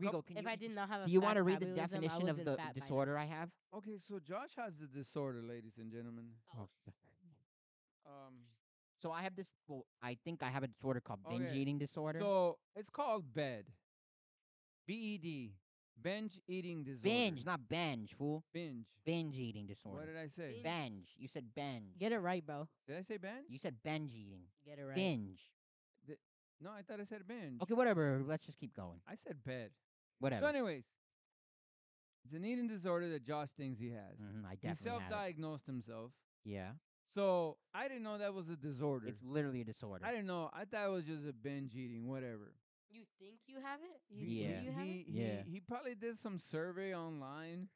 Rigo, can
If
you?
I did not have a
do you
want
wanna
to
read the definition of the disorder I have?
Okay, so Josh has the disorder, ladies and gentlemen.
Oh,
Um,
So I have this. Well, I think I have a disorder called binge
Okay,
eating disorder.
so it's called BED. B E D. Binge eating disorder.
binge, not binge, fool.
Binge.
Binge eating
What
disorder.
did I say?
Binge.
Binge. You said binge.
Get it right, bro.
Did I say binge?
You said binge eating.
Get it right.
Binge.
no, I thought I said binge.
Okay, whatever. Let's just keep going.
I said bed.
Whatever.
So, anyways, it's an eating disorder that Josh thinks he has.
Mhm, I
He
definitely
self
have it.
diagnosed himself.
Yeah,
So I didn't know that was a disorder.
it's literally a disorder.
I didn't know. I thought it was just a binge eating, whatever.
You think you have it? You
He-
Yeah.
think you have
He,
it?
he,
Yeah.
he probably did some survey online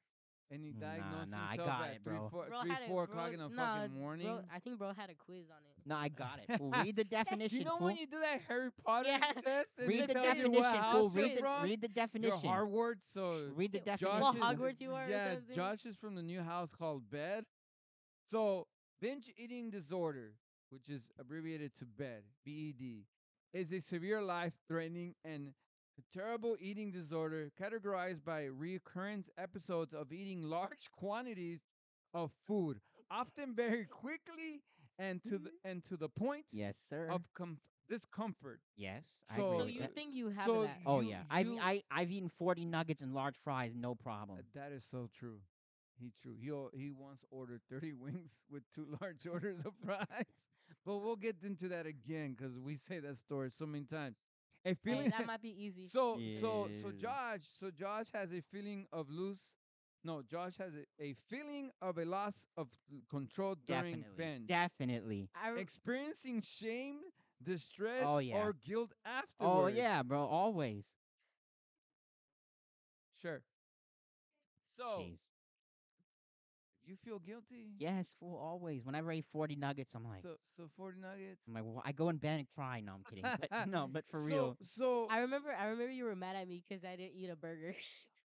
and he
Nah,
diagnosed
nah, I
himself
got
at
it,
three,
bro.
four,
Bro
three,
had it-
four
bro-
o'clock in the
nah,
fucking morning.
Bro, I think bro had a quiz on it.
No, I got it. Fool. Read the
Do
definition.
you know
fool.
when you do that Harry Potter
Yeah.
test and
read
they
the
tell you
definition.
what
fool.
house
you're
Read the,
from?
read the
You're
definition.
Harvard, so
Read the
Yo, what
definition.
Josh is-
Hogwarts you are or
Yeah,
something?
Josh is from the new house called Bed. So binge eating disorder, which is abbreviated to BED, B-E-D, is a severe life-threatening and terrible eating disorder categorized by recurrence episodes of eating large quantities of food, often very quickly and to the, and to the point
Yes, sir.
of comf- discomfort.
yes. I
So-
agree
So
with
you
that.
think you have
so
that?
Oh
you-
yeah, I've
you-
I, I've eaten forty nuggets and large fries, no problem.
Um,
Uh, That is so true. He true. He o- he once ordered thirty wings with two large orders of fries. But we'll get into that again because we say that story so many times. A
Hey,
feeling
that might be easy.
so so so
Yeah.
Josh so Josh has a feeling of loose. No, Josh has a, a feeling of a loss of c- control during
Definitely.
binge,
Definitely.
I re-
experiencing shame, distress,
Oh, yeah.
or guilt afterwards.
Oh yeah, bro. Always.
sure. So
Jeez.
You feel guilty?
Yes, fool, always. Whenever I eat 40 nuggets, I'm like,
So so 40 nuggets.
I'm like, "Wha- I go in bed and cry. No, I'm kidding. But, no, but for
so,
real,
So
I remember. I remember you were mad at me because I didn't eat a burger.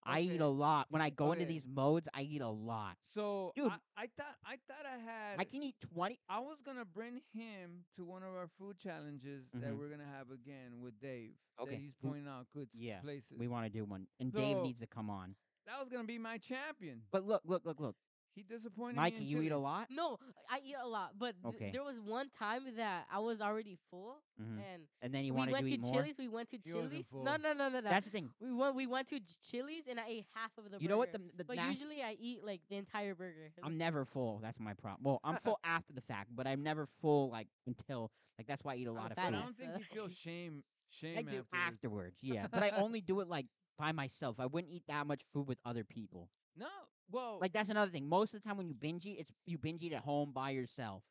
I
okay.
eat a lot. When I go into
Okay.
these modes, I eat a lot.
so
Dude.
I, I thought I thought I had
I can eat 20.
I was gonna bring him to one of our food challenges that
Mhm.
we're gonna have again with Dave.
Okay.
That he's
Mm.
pointing out good s-
Yeah,
places.
We want to do one. And Dave
So-
needs to come on.
that was gonna be my champion.
But look, look, look, look.
He disappointed me.
Mikey,
in
you eat a
Chili's.
lot?
No, I eat a lot, but th-
Okay.
there was one time that I was already full,
hmm
and
And then you
we
wanted
went
to
to
eat more?
Chili's. We went to
He wasn't
Chili's.
full.
No, no, no, no, no.
That's the thing.
we went. We went to Ch- Chili's, and I ate half of the. burger.
You know what? The, the
But
nas-
usually I eat like the entire burger.
I'm never full. That's my problem. Well, I'm full after the fact, but I'm never full like until like that's why I eat a lot
But I
of
fat
food.
don't think you feel shame shame
I do
afterwards.
afterwards, yeah. But I only do it like by myself. I wouldn't eat that much food with other people.
No. Well
Like that's another thing. Most of the time when you binge eat, it's you binge eat at home by yourself.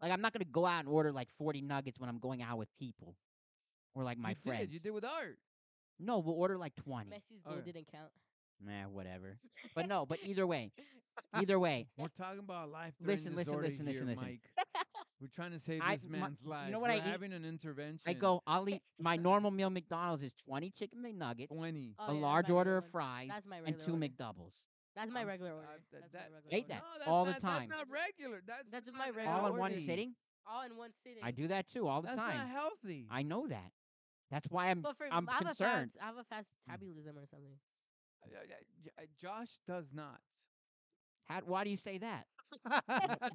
Like I'm not gonna go out and order like 40 nuggets when I'm going out with people, or like my
you
friends.
Did, you did with art.
No, we'll order like 20.
Messi's goal
Okay.
didn't count.
Nah, whatever. But no, but either way, either way,
We're talking about life.
Listen, listen, listen,
here,
listen, listen.
Mike. We're trying to save
I-
this
my-
man's life.
know what
We're
I eat?
having an intervention.
I go. I'll eat my normal meal. McDonald's is 20 chicken McNuggets.
twenty.
Oh,
a
yeah, that's
large
my
order
regular
of
one.
fries
That's my
and
regular.
two
order.
McDoubles.
That's my
I'm s-
regular
uh,
order.
that-
That's
that-
my regular
Ate
No,
order.
that
that's
all the
not,
time.
That's not regular. That's
That's
not
my regular
all in one
healthy.
sitting.
All in one sitting.
I do that too all the
That's
time.
not healthy.
I know that. That's why I'm
But for
I'm
I have
concerned. Hmm.
a fast, I have a fast tabulism or something.
Uh, uh, J- uh, Josh does not.
How, why do you say that?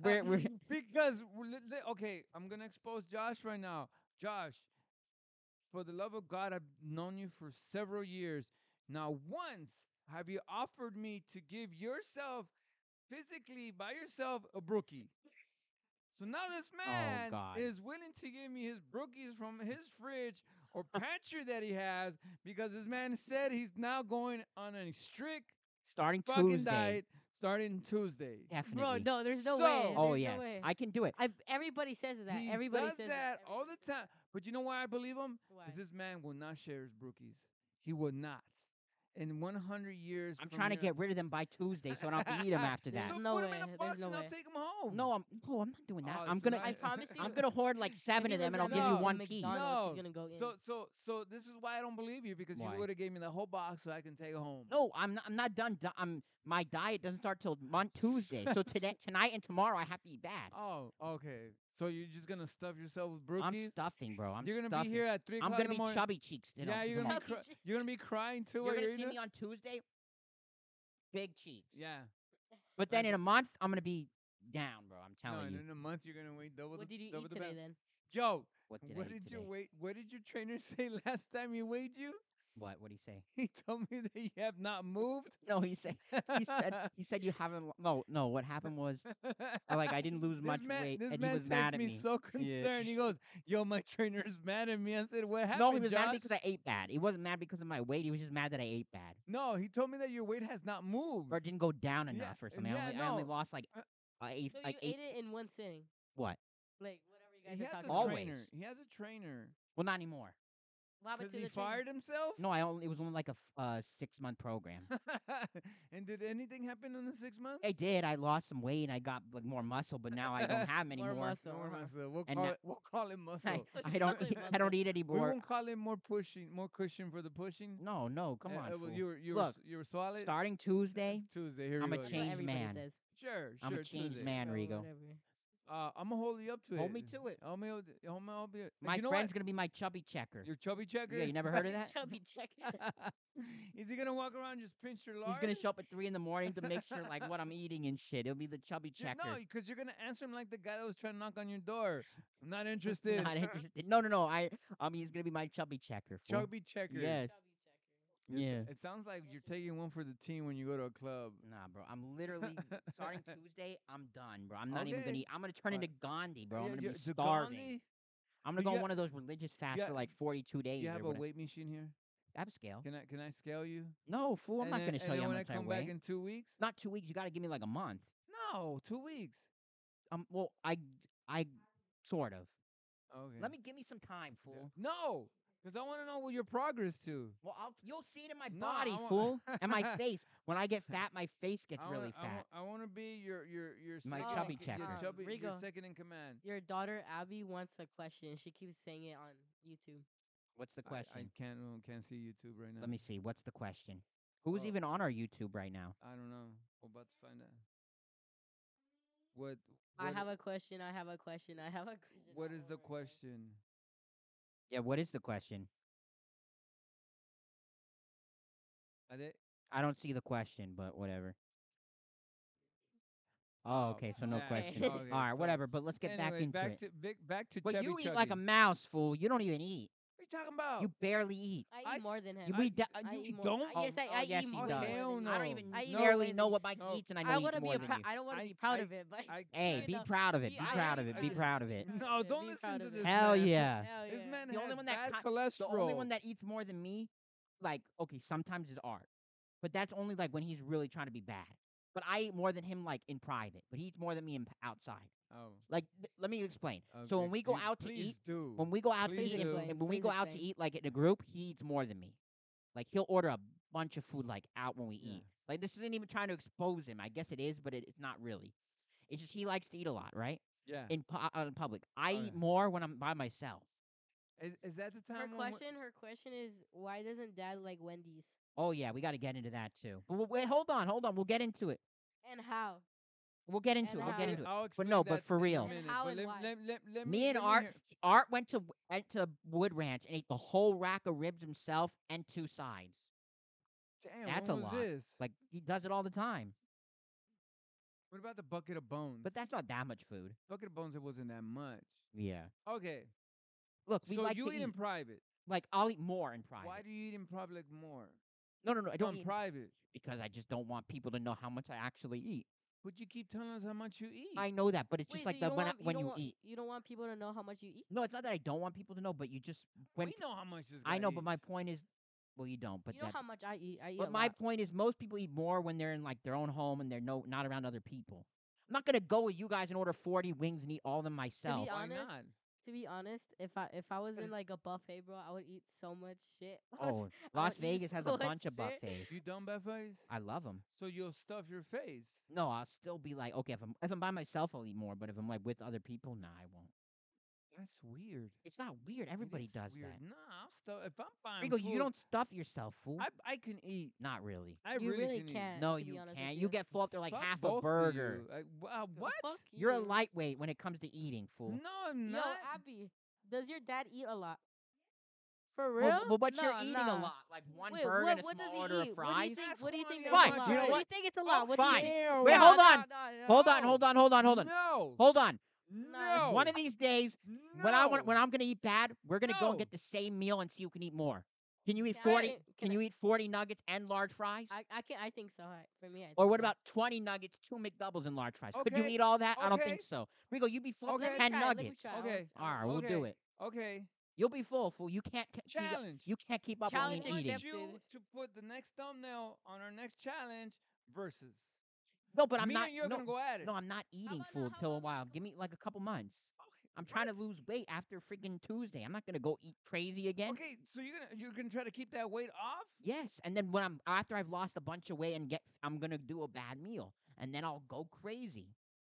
Where, where,
because we're li- li- okay, I'm gonna expose Josh right now. Josh, for the love of God, I've known you for several years. Now, once have you offered me to give yourself physically by yourself a brookie? So now this man
Oh, God.
is willing to give me his brookies from his fridge or pantry that he has because this man said he's now going on a strict
starting
fucking
Tuesday.
diet starting Tuesday.
Definitely.
Bro, no, there's no way.
So-
There's
oh
no
yes,
way.
I can do it.
I everybody says that.
He
everybody
does
says
that all
Everybody-
the time. But you know why I believe him?
Why?
Because this man will not share his brookies. He will not. In 100 years,
I'm
from
trying to
here-
get rid of them by Tuesday, so I don't have to eat them after that.
So
No
put him in
way.
a
There's
box
no
and I'll
way.
take him home.
No, I'm no, I'm not doing that.
Oh,
I'm
so
gonna
now
I
you-
promise you-
I'm gonna hoard like seven
If
of
he
them, and I'll
lives
give
at
you
No,
one piece.
McDonald's,
No.
He's gonna go in.
So, so, so this is why I don't believe you because
Why?
you would have gave me the whole box so I can take it home.
No, I'm not, I'm not done. di- I'm my diet doesn't start till mon- Tuesday. so today, tonight, and tomorrow, I have to eat bad.
Oh, okay. So you're just gonna stuff yourself with
I'm
brookies?
stuffing, bro. I'm
you're gonna
stuffing.
be here at three
I'm
o'clock
gonna
in the
be
morning.
chubby cheeks. you know,
yeah, you're
to
gonna,
my-
be
Chubby
cry-
cheeks.
you're gonna be crying too.
you're
while
gonna
you're
see
eating
me
it?
on Tuesday. Big cheeks.
Yeah.
But then
like-
in a month, I'm gonna be down, bro. I'm
No,
telling
and
you.
in a month you're gonna weigh double.
what
the,
did you
double
eat
the
today
ba-
then?
Yo,
What did
what
I eat
did
today?
you wait? What did your trainer say last time he weighed you?
What? What did he say?
He told me that you have not moved.
No, he said. He said. He said you haven't. lo- No, no. What happened was, I, like, I didn't lose
This
much
man,
weight,
this
and he
man
was
texts
mad at
me,
me.
so concerned. He goes, "Yo, my trainer's mad at me." I said, "What happened,
no, he was
Josh?"
mad because I ate bad. He wasn't mad because of my weight. He was just mad that I ate bad.
no, he told me that your weight has not moved.
or it didn't go down
Yeah,
enough or
uh,
something. I,
yeah,
only, I only
no.
lost like
Uh,
uh, eight,
So you
like eight.
ate it in one sitting,
What?
like whatever you guys
He
are
has
talking
a
about.
Always.
trainer. He has a trainer
Well, not anymore.
What happened
because
to
he
the trainer?
fired himself.
No, I only it was only like a f- uh, six month program.
and did anything happen in the six months?
I did. I lost some weight. and I got like more muscle, but now I don't have 'em
More
anymore.
muscle.
Nor
uh-huh.
muscle. We'll
And
call
now-
it. We'll call it muscle.
I,
But
I
you
don't.
probably
Eat, I
muscle.
don't eat
we
anymore.
won't call it more pushing, more cushion for the pushing.
No, no. Come
Uh,
on.
uh, well,
fool.
you were you
Look,
were, s- you were solid.
Starting Tuesday,
Tuesday. Here
I'm
we
a
go.
That's what
change
everybody
man.
Says.
Sure,
I'm
sure.
a changed
Tuesday.
man,
Bro,
Rigo.
whatever.
Uh, I'm gonna hold you up to it.
Hold me to it.
Hold me. Hold hold me. Hold me. and
My
you know
friend's gonna be my chubby checker.
What? Your chubby checker.
Yeah, you never heard of that?
Chubby check.
Is he gonna walk around and just pinch your lard?
He's gonna show up at three in the morning to make sure like what I'm eating and shit. It'll be the chubby
You,
checker.
no, because you're gonna answer him like the guy that was trying to knock on your door. I'm not interested.
Not interested. No, no, no. I, I mean, he's gonna be my chubby checker. fool.
Chubby checker.
Yes.
Your ch-
Yeah.
It sounds like you're taking one for the team when you go to a club.
Nah, bro. I'm literally starting Tuesday. I'm done, bro. I'm not even
Okay.
gonna. Eat. I'm gonna turn
Fine.
into Gandhi, bro. I'm
Yeah,
gonna
you-
be
the
starving.
Gandhi?
I'm gonna
you
go
got-
on one of those religious fasts
got-
for like 42 days.
You
or
have a
whatever.
weight machine here.
I have a scale.
Can I can I scale you?
No, fool. I'm
And
not
then-
gonna show
and
you
then
how
when I
much I
come
weigh.
back in two weeks.
not two weeks. You gotta give me like a month.
No, two weeks.
Um. Well, I, I, sort of.
Okay.
Let me give me some time,
Yeah.
fool.
No, Because I want to know what your progress to.
Well, I'll, you'll see it in my
No,
body,
I wa-
fool, and my face. When I get fat, my face gets
I
really
wanna, I
fat.
wa- I want to be your your your
My
second-
chubby
Your
checker.
chubby, your
Rigo.
second in command.
Your daughter Abby wants a question. She keeps saying it on YouTube.
What's the
I-
question?
I, can't uh, can't see YouTube right now.
Let me see. What's the question? Who's
Oh.
even on our YouTube right now?
I don't know. We're about to find out. What?
I
what-
have a question. I have a question. I have a question.
What
I
is
don't
the
remember.
question?
Yeah, what is the question?
Are they?
I don't see the question, but whatever. Oh,
Oh,
okay, so no
okay.
question.
Okay,
All right,
so-
whatever, but let's get back
Anyway,
into
back
it.
to big, back to
but
chubby
you eat
chubby. Oh, eh,
like a mouse, fool. You don't even eat.
What you talking about?
You barely eat.
I eat
I
more
s-
than him.
You
I
eat. da-
s-
I
you
eat
eat
more.
don't?
I, yes, I,
Oh,
I
yes,
eat
he
more.
does.
than
Hell
him.
no.
I don't even
I eat more
barely
than-
know what Mike
No.
eats, and I know
I
he
want
eats
to be
more
a
than
prou-
you.
I don't want
I-
to be proud
I-
of it, but
I,
Hey,
I
be
know.
proud of it. Be
Yeah, I
proud of
am
it. Be
proud of
proud
it.
of it.
Proud
No,
of it.
don't
Be
listen
proud
to
of
this
it.
Hell
man.
yeah.
Hell
This
yeah.
man
The only
has
one
bad
that
cholesterol.
The only one that eats more than me, like, okay, sometimes is art. But that's only like when he's really trying to be bad. But I eat more than him, like, in private. But he eats more than me in p- outside.
Oh.
Like, th- let me explain.
okay,
So when we go
please-
out to
please
eat,
do.
when we go out to
Please
eat, and-
explain.
and when we
Please
go out to
explain.
eat, like, in a group, he eats more than me. Like, he'll order a bunch of food, like, out when we
Yeah.
eat. Like, this isn't even trying to expose him. I guess it is, but it, it's not really. It's just he likes to eat a lot, right?
yeah.
In, pu- out in public. I
Oh, yeah.
eat more when I'm by myself.
Is, is that the
Her
time? when we-
question. Her question is why doesn't Dad like Wendy's
Oh yeah, we got to get into that too. But w- wait, hold on, hold on. We'll get into it.
and how?
We'll get into
And
it.
I'll
We'll get
how-
explain-
into it.
I'll explain
no, but
that
for
in a
real.
And
minute,
how
but
and
let-
why.
let- let- let
Me and
let
Art,
hear-
Art went to went to Wood Ranch and ate the whole rack of ribs himself and two sides.
Damn,
that's
when
a
was
lot.
This?
Like he does it all the time.
what about the bucket of bones?
But that's not that much food.
bucket of bones. It wasn't that much.
Yeah.
Okay,
Look, we
so
like
you
to
eat
eat.
in private.
like I'll eat more in private.
Why do you eat in public more?
no, no, no. I don't
On
eat
private.
because I just don't want people to know how much I actually eat.
But you keep telling us how much you eat.
I know that, but it's
Wait,
just
so
like
you
the
don't
when I,
want-
when
don't
you
want-
eat.
You don't want people to know how much you eat.
No, it's not that I don't want people to know, but you just when
we know how much this.
I
guy
know, but my
eats.
point is, well, you don't. But
you know
that,
how much I eat. I eat.
But
a
my
lot.
point is, most people eat more when they're in like their own home and they're no not around other people. I'm not gonna go with you guys and order 40 wings and eat all of them myself.
be
Why
honest,
not?
to be honest, if I if I was
But
in
it-
like a buffet, bro, I would eat so much shit. I would
oh, Las
eat
Vegas has
so
a
much
bunch of
shit.
buffets.
You done buffets?
I love them.
So you'll stuff your face.
No, I'll still be like, okay, if I'm if I'm by myself, I'll eat more. But if I'm like with other people, nah, I won't.
That's weird. It
It's not weird. Everybody
is
does
weird.
that.
Nah, I'll stuff. If I'm buying
Rigo,
food,
you don't stuff yourself, fool.
I I can eat.
not really.
I
You really
can eat.
can't.
No,
Eh, to be
you
honest with
can't. You.
you.
get full up there like
Fuck
half
both
a
of
burger.
you. I- w- uh,
The
what?
fuck
You're a
you.
lightweight when it comes to eating, fool.
No, I'm
Yo,
not.
Abby, does your dad eat a lot? For real?
Well, but but you're
Nah,
eating a
nah.
lot, like one
Wait,
burger
what,
and a
what
small
does he
order of
eat? What do
fries.
you think,
That's
what do you
one
think
guy
is
Fine,
a
you
lot?
know
What do you
what?
think it's a
Oh,
lot? what
fine.
do you think?
Ew,
Wait,
no,
hold
no,
on.
no,
Hold on,
no.
hold on, hold on, hold on.
No.
Hold on.
No.
One of these days,
no.
when I want, when I'm gonna eat bad, we're gonna go
No.
and get the same meal and see who can eat more. Can you eat
Can I-
forty?
can-
Can,
can
you eat forty nuggets and large fries?
I, I can I think so. I, for me, I
or
think
what
so.
about twenty nuggets, two McDoubles, and large fries? Could you
Okay,
eat all that? I don't
okay.
think so. Rigo, you be full
Let
of
me
Okay.
ten
try it, Let me
nuggets.
try. I wanna-
Okay.
I
All
wanna-
right, we'll do
Okay.
it.
Okay.
You'll be full, fool. You can't. ca- you got-
Challenge.
You can't keep up
I
Challenge
with me
want
eating.
accepted.
you to put the next thumbnail on our next challenge versus.
No, but I'm
Me
not.
and you're
no,
gonna go at it. Oh,
No, I'm not eating
about now?
food
How
till a
about
while. Give me like a couple months.
Okay,
I'm trying
what?
to lose weight after freaking Tuesday. I'm not gonna go eat crazy again.
Okay, so you're gonna you're gonna try to keep that weight off?
Yes, and then when I'm after I've lost a bunch of weight and get, I'm gonna do a bad meal, and then I'll go crazy,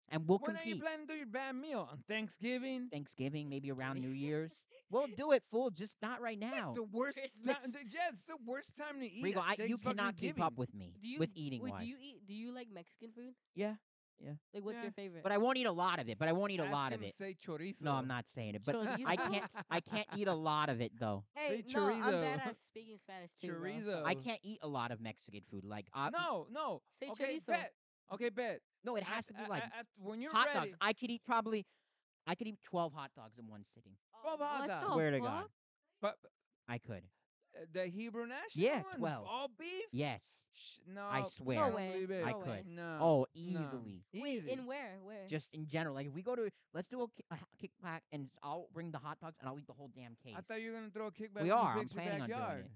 and we'll
When are you
compete.
planning to do your bad meal on Thanksgiving?
Thanksgiving, maybe around New Year's. We'll do it, fool. Just not right now.
The worst. ti-
Christmas.
the- yeah, it's the worst time to eat.
Rigo,
at
I, you
Thanksgiving
cannot keep up
giving.
with me
Do you
with eating
wait,
wise.
Do you eat? Do you like Mexican food?
Yeah, yeah.
Like, what's
Yeah.
your favorite?
But I won't eat a lot of it. But I won't eat a
uh, Ask
lot
him
of
to
it.
Say chorizo.
No, I'm not saying it. But
Chorizo.
I can't. I can't eat a lot of it though.
Hey,
say
no, I'm bad
chorizo.
at speaking Spanish too. bro, so-
Chorizo.
I
Oh.
can't eat a lot of Mexican food. Like uh,
no, no.
Say
okay,
chorizo.
bet. Okay, bet.
no, it
Af-
has to be
a-
like
a- after- when you're
hot
ready. uh,
dogs. I could eat probably. I could eat twelve hot dogs in one sitting.
Oh,
Twelve hot
what
dogs.
the
Swear to
fuck?
God.
But
I could.
uh, the Hebrew national
Yeah,
one,
12.
all beef.
Yes.
Sh- no,
swear.
I
No
don't
way.
believe it.
I
No way.
could.
No.
Oh,
no.
easily.
Wait,
Easy.
in where? Where?
Just in general, like if we go to, let's do a, ki- a h- kickback, and I'll bring the hot dogs, and I'll eat the whole damn case.
I thought you were gonna throw a kickback.
We
when you
are, I'm
fix your
planning on doing
backyard.
it.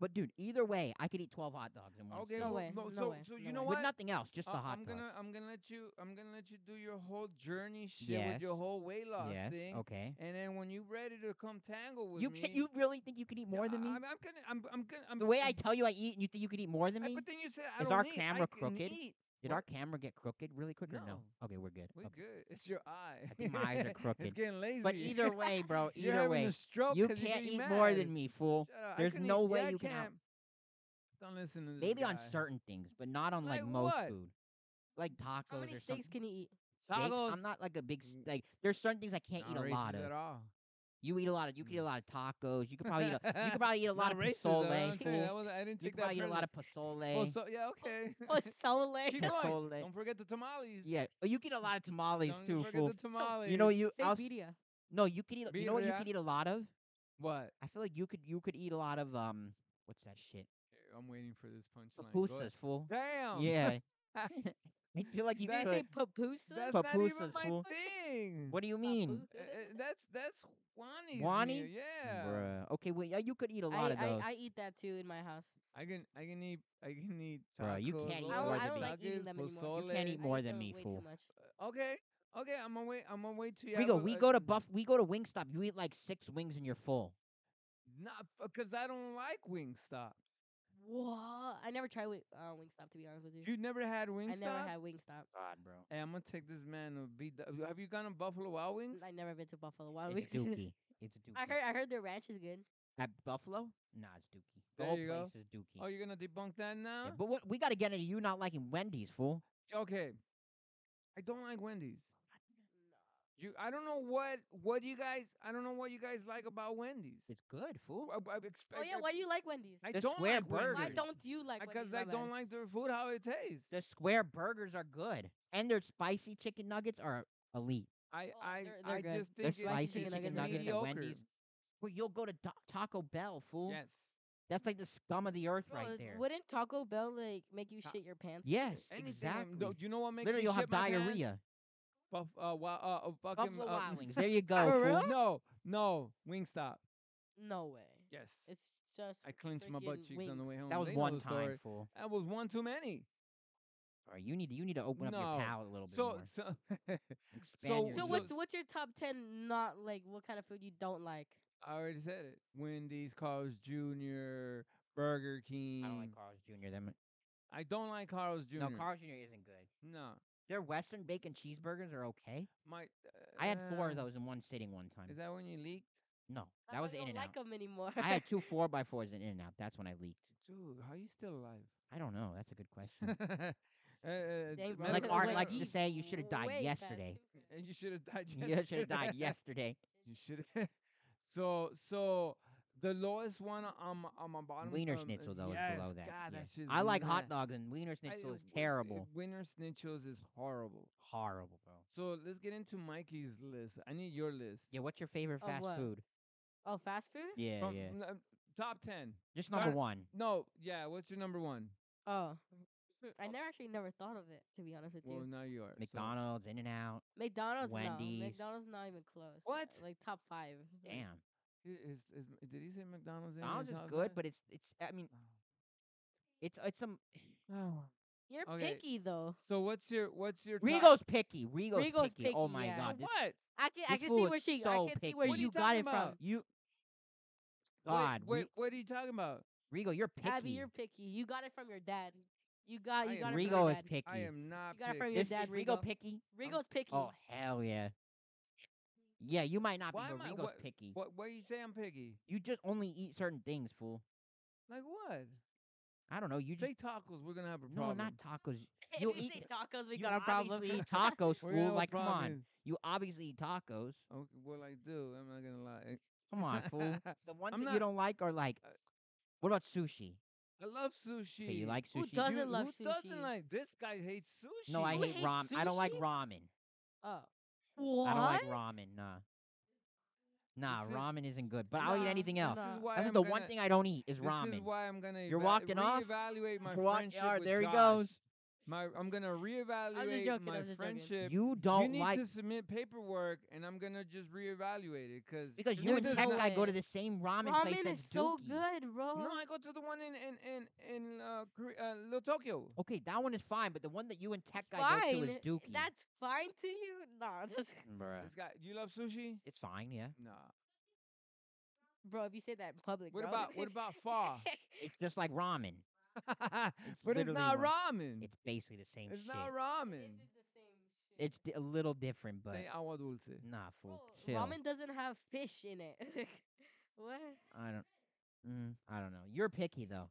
But dude, either way, I could eat twelve hot dogs in one.
Okay,
sitting.
well,
No way,
no,
no
so
way,
so you
no
know
way.
with
what?
nothing else, just the
I-
hot
I'm
dog.
gonna I'm gonna let you I'm gonna let you do your whole journey shit with your
Yes.
whole weight loss
yes.
thing.
Okay.
uh, And then when you ready to come tangle with
You
me,
can, you really think you could eat more than me?
I, I'm, I'm gonna I'm I'm gonna I'm,
the way I
I'm-
tell you I eat, and you think you could eat more than
I-
me?
But then you said I
Is
don't
our
need.
camera
I can
crooked?
eat.
Did
what-
our camera get crooked really quick or no?
No.
Okay, we're good.
We
Okay.
good. It's your eye.
I think my eyes are crooked.
it's getting lazy.
But either way, bro,
You're
either
having
way,
a stroke
you
Oh, 'cause you're
can't
getting
eat more
mad.
than me, fool.
Shut up. I
There's
couldn't
no
eat-
way
yeah, I
you can out-
can't. Don't listen to this
Maybe on
guy.
certain things, but not on like,
Like
most
what?
food, like tacos
How many
or
steaks
something.
can you eat?
Steaks?
Tacos.
I'm not like a big s-
Mm.
like. There's certain things I can't
Not
eat a
racist
lot
at
of.
all.
You eat a lot of. You could eat a
Mm.
lot of tacos. You could probably eat. A, you could probably eat a lot of
Not racist, though,
pozole.
I'm saying. That
fool.
was- I didn't
You
take
could
that.
probably eat a lot of
Oh,
pozole.
so yeah, okay.
Oh, so late.
Keep
That's
going.
so late.
Don't forget the tamales.
Yeah, oh, you could eat a lot of tamales
Don't
too,
forget
fool.
the tamales.
You know you.
Say
I'll s-
birria.
no, you could eat. You know what you
Birria.
could eat a lot of.
what?
I feel like you could. You could eat a lot of um. What's that shit?
Eh, I'm waiting for this punchline. Go ahead.
Pupusas, fool.
Damn.
Yeah. I feel like you
Did
That's-
you
could.
say papusa?
That's not even
Pupusas,
my
fool.
thing.
What do you mean?
Uh, uh, that's that's Wani's.
Wani?
meal, Yeah.
Bruh. Okay, well, yeah, you could eat a lot
I,
of
I,
those.
I eat that too in my house.
I can I can eat I can eat
Bruh, you can't eat
tacos,
I don't- more I than
don't
me.
like eating them
tacos,
anymore.
You can't
pozole.
eat
I
more
eat
than
them
me,
way
fool.
Too much.
Okay, okay, I'm gonna wait. I'm gonna wait till you.
we
have
go.
a-
We
a-
go to Buff. We go to Wingstop. You eat like six wings and you're full.
Not because I don't like Wingstop.
What? I never tried wi- uh, Wingstop to be honest with you.
You never had Wingstop.
I never had Wingstop.
God, bro.
Hey, I'm gonna take this man to beat. The, have you gone to Buffalo Wild Wings?
I never been to Buffalo Wild
It's
Wings.
dookie. It's dookie.
I heard I heard their ranch is good.
at Buffalo. Nah, it's dookie. The
There
whole
you go.
place is dookie.
Oh, you're gonna debunk that now?
Yeah, but what we got to get into you not liking Wendy's, fool.
okay, I don't like Wendy's. You, I don't know what what you guys. I don't know what you guys like about Wendy's.
It's good, fool.
I, I expect,
Oh yeah, why do you like Wendy's?
I
They're
don't
square
like
burgers.
why
Wendy's.
don't you like Wendy's?
because
My
I don't
bad.
like their food how it tastes.
The square burgers are good, and their spicy chicken nuggets are elite.
I
Oh,
I
they're- they're
I
good.
just
They're
think it's,
spicy
spicy
chicken
it's
chicken,
nuggets are
nuggets
mediocre.
at Wendy's. Well, you'll go to Ta- Taco Bell, fool.
Yes.
That's like the scum of the earth
Bro,
right there.
Wouldn't Taco Bell like make you
Ta-
shit your pants?
Yes,
Anything,
exactly.
No, you know what makes
Literally,
me
you'll
shit
have
my pants?
diarrhea.
Buff, uh, wa- uh, uh, fucking,
Buffalo
uh,
Wild Wings. There you go,
For
fool.
real?
No, no, Wingstop.
No way.
Yes.
It's just
I clenched my butt
freaking
cheeks on the
wings.
way home.
That was
They know
one
the
time,
story.
fool.
That was one too many.
All right, you need to you need to open up
no.
your palate a little bit
so,
more.
So,
Expand
so-
your-
So
So-
what's what's your top ten? Not like what kind of food you don't like.
I already said it. Wendy's, Carl's Jr., Burger King.
I don't like Carl's Jr. Them
I don't like Carl's Jr.
no, Carl's Jr. isn't good.
No.
Their Western bacon cheeseburgers are okay.
My,
I had four
uh,
of those in one sitting one time.
Is that when you leaked?
no,
That's
that
why
was
you
in
don't
and
like
out.
them anymore.
I had two four by fours in in and out. That's when I leaked.
Dude, how you still alive?
I don't know. That's a good question.
Uh, it's
They
remember-
Well,
like
it
Art
went
likes to
deep
say, you should have died
way faster.
yesterday.
And you should have died yesterday.
You should have died yesterday.
you should have. So, so the lowest one on my, on my bottom.
Wiener
um,
schnitzel though
yes,
is below that.
God,
yeah.
that shit's
I like hot
mad.
dogs and wiener
I-
schnitzel is
w-
terrible.
Wiener schnitzels is horrible.
Horrible, bro.
So let's get into Mikey's list. I need your list.
Yeah, what's your favorite
Of
fast
what?
food?
Oh, fast food?
Yeah,
From-
yeah.
n- top ten.
Just number
start-
one.
No, yeah. What's your number one?
Oh. Hmm, I never actually never thought of it to be honest with
Well,
you.
now you are. so-
McDonald's, In and Out.
McDonald's,
Wendy's.
no. McDonald's not even close.
What?
Like top five. Like,
Damn.
I- Is, is, did he say McDonald's? in your
McDonald's is
top
good,
five?
but it's it's I mean it's it's um, some
You're
Okay.
picky though.
So what's your what's your top-
Rigo's picky. Rigo's,
Rigo's
picky. Oh
picky,
my
yeah.
god. This,
What?
I can I
this
can
fool
see
is
where
so
she I can see where
picky.
What are you
you got
talking
it from.
about?
you
Wait,
God,
Wait, what are you talking about?
Ri- Rigo, you're picky.
Abby, you're picky. You got it from your dad. You got
I
you
am
got it from your
Rigo is
dad.
picky.
I am not.
You got it from
picky.
your
Is-
dad,
is Rigo
Rigo.
picky?
Rigo's picky.
Oh hell yeah. Yeah, you might not
Why
be,
am
but
I-
Rigo's
what-
picky.
What? What do you say? I'm picky.
You just only eat certain things, fool.
Like what?
I don't know. You just
say tacos. We're gonna have a
no,
problem.
not tacos.
if
you'll
you
eat
say
it.
tacos, we
you
got a problem.
obviously eat tacos,
We're gonna
fool.
have a
Like, come
problem.
on. You obviously eat tacos.
Okay, well, I do. I'm not gonna lie.
Come on, fool. The ones
I'm
that
not-
you don't like are like,
Uh,
what about sushi?
I love sushi.
Okay, you like sushi?
Who
You-
doesn't
You-
love
who doesn't
sushi?
like this guy hates sushi?
No, I
Who
hate
hates
ramen. I don't like
sushi?
ramen.
Oh. What?
I don't like ramen. Nah. Nah,
This is-
ramen isn't good. But I'll eat
Nah,
anything
this
else.
This
Nah.
is
I
why
think
I'm
the
gonna,
one thing I don't eat is ramen.
This is why I'm gonna.
You're
eva-
walking off?
Reevaluate my
Walk-
friendship
yeah,
with
there he
Josh.
goes.
my I'm gonna reevaluate
joking,
my
I'm just joking.
friendship.
You don't
need
like
to submit paperwork, and I'm gonna just reevaluate it cause
because
this
you and
is
Tech
not-
Guy go to the same ramen, place.
Ramen
as
is so
Dookie.
good, bro.
No, I go to the one in in in in uh, Kore- uh Little Tokyo.
Okay, that one is fine, but the one that you and Tech Guy go to is
fine.
Dookie.
That's fine to you? Nah, that's,
Bruh.
This guy, you love sushi?
It's fine, yeah.
Nah.
bro. If you say that in public,
What
bro.
about what about far?
It's just like ramen.
but it's
literally
not
one-
ramen.
It's basically the same
It's
shit.
not
Is
ramen.
it the same shit?
It's di- a little different, but
Say uh, agua dulce.
nah,
Bro,
fool. Chill.
ramen doesn't have fish in it. what?
I don't. Mm, I don't know. You're picky though.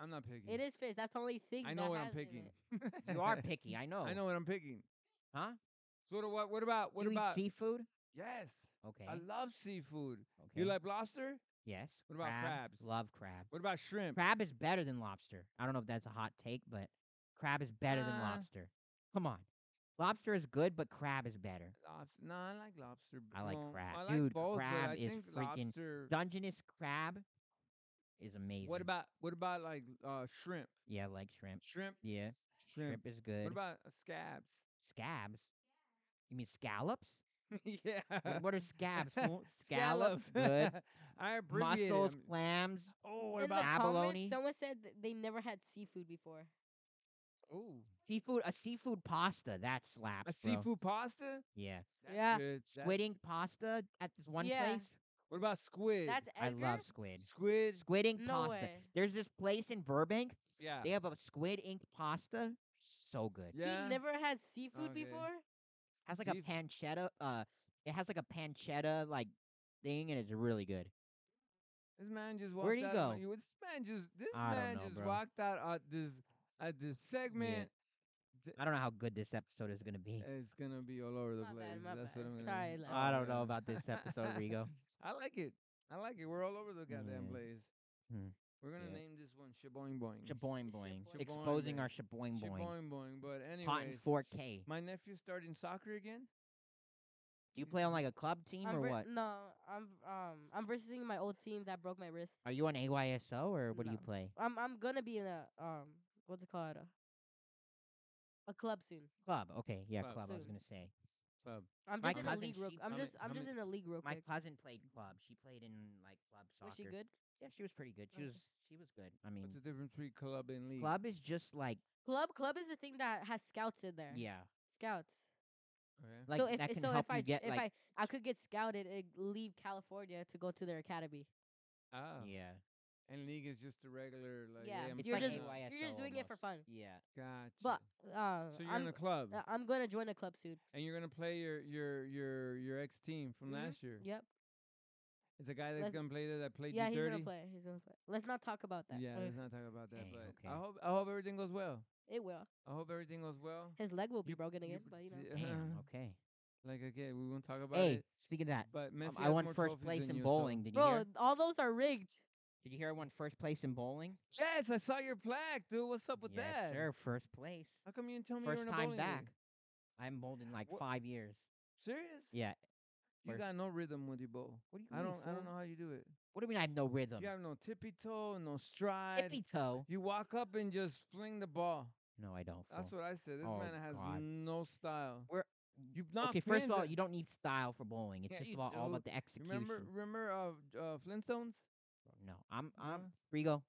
I'm not picking.
It is fish. That's the only thing.
I know
that
what I'm
has in
picking.
it.
You are picky. I know.
I know what I'm picking.
Oh. Huh?
So what, what, what about what
you
about
eat seafood?
Yes.
Okay.
I love seafood.
okay.
You like lobster?
Yes.
What about
crab?
crabs?
Love crab.
What about shrimp?
Crab is better than lobster. I don't know if that's a hot take, but crab is better than
Uh,
lobster. Come on. Lobster is good, but crab is better.
Lobster. No, I like lobster.
I like
no,
crab.
I like
Dude,
both, but
crab
I
is
think
freaking
lobster.
Dungeness crab is amazing.
What about what about like uh shrimp?
Yeah, I like shrimp.
Shrimp.
Yeah, shrimp,
Shrimp.
is good.
What about uh, scabs?
scabs? You mean scallops?
yeah.
What, what are scabs? fool? scallops, good.
I abbreviated.
Mussels,
them.
clams.
Oh, what
In the
about
comments,
abalone?
someone said th- they never had seafood before.
oh
Seafood, a seafood pasta that slaps.
a
bro.
seafood pasta?
yeah.
That's
Yeah.
Good. that's-
Squid ink pasta at this one
Yeah.
place.
What about squid?
That's
I
Edgar.
love squid.
squid.
Squid ink
No
pasta.
way.
There's this place in Burbank.
Yeah.
They have a squid ink pasta. So good.
Yeah.
He never had seafood
Okay.
before.
has like a
Seaf-
pancetta. Uh, it has like a pancetta like thing, and it's really good.
This man just walked
Where'd he
out. of my-
go?
This man just this
I don't
man
know,
just
bro.
walked out at this at this segment.
I don't know how good this episode is gonna be.
It's gonna be all over the
My bad,
place.
my
That's
bad.
what I'm gonna
Sorry,
do.
Leo.
I don't know about this episode, Rigo.
I like it. I like it. We're all over the goddamn
Yeah.
place.
Hmm.
We're gonna
Yeah.
name this one Shaboing Boing.
Shaboing boing,
Shaboing
exposing
boing.
our shaboing boing,
Shaboing Boing. But
hot in
anyways,
4K.
my nephew's starting soccer again.
Do you play on like a club team
I'm
or
ver-
what?
No, I'm um I'm versing my old team that broke my wrist.
Are you on AYSO or what do you
No.
play?
I'm I'm gonna be in a um what's it called a, a club soon.
Club, okay, yeah,
Club.
club. I was
Soon.
gonna say.
Club.
I'm
My
just in a
cousin,
league real.
she-
I'm
how many-
just I'm
how
just in a league real
My
quick.
cousin played club. She played in like club soccer.
Was she good?
Yeah, she was pretty good. She
Okay.
was she was good. I mean,
What's the difference between club and league?
club is just like
Club club is the thing that has scouts in there.
yeah,
Scouts.
Okay.
like
so if
that can
so
help
if I
you get
if
like
I I could get scouted and leave California to go to their academy.
Ah.
yeah,
And league is just a regular like.
Yeah,
hey, I'm
It's
you're
like
just
signing up.
AYS.
you're just
AYSO
doing it for fun.
yeah.
Gotcha.
But uh,
so you're
I'm
in a club.
uh, I'm gonna join a club soon.
and you're gonna play your your your your ex team from
Mhm.
last year.
Yep.
It's a guy that's
Let's-
gonna play there that played
yeah,
you
he's
dirty.
gonna play. He's gonna play. Let's not talk about that.
Yeah,
Ugh,
let's not talk about that.
Dang,
but
okay.
I hope I hope everything goes well.
it will.
I hope everything goes well.
His leg will be
You-
broken
you
again,
put
but you know.
the-
Damn.
Uh-huh.
Okay.
Like okay, we won't talk about
Hey,
it.
speaking of that,
But
um,
Messi
I
has
won
more
first
trophies
place
than
in
you, so-
bowling. Did you
Bro,
hear?
all those are rigged.
Did you hear I won first place in bowling?
Yes, I saw your plaque, dude. What's up with
yes,
that?
sir. First place.
How come you didn't tell me you
First
were in a
time
bowling
back.
league?
I haven't bowled in like
Wha-
five years.
Serious?
Yeah.
You
first-
got no rhythm with your bowl.
What do you
I
mean,
don't I don't
fool?
know how you do it.
What do you mean I have no rhythm?
You have no tippy toe, no stride.
Tippy toe.
You walk up and just fling the ball.
No, I don't.
That's
fool.
what I said. This
Oh,
man has
God.
no style.
Where-
you not
okay, first of all, you don't need style for bowling. It's
Yeah,
just
you
about, all
do.
about the execution.
remember remember uh, uh Flintstones?
No, I'm I'm
Huh?
Rigo.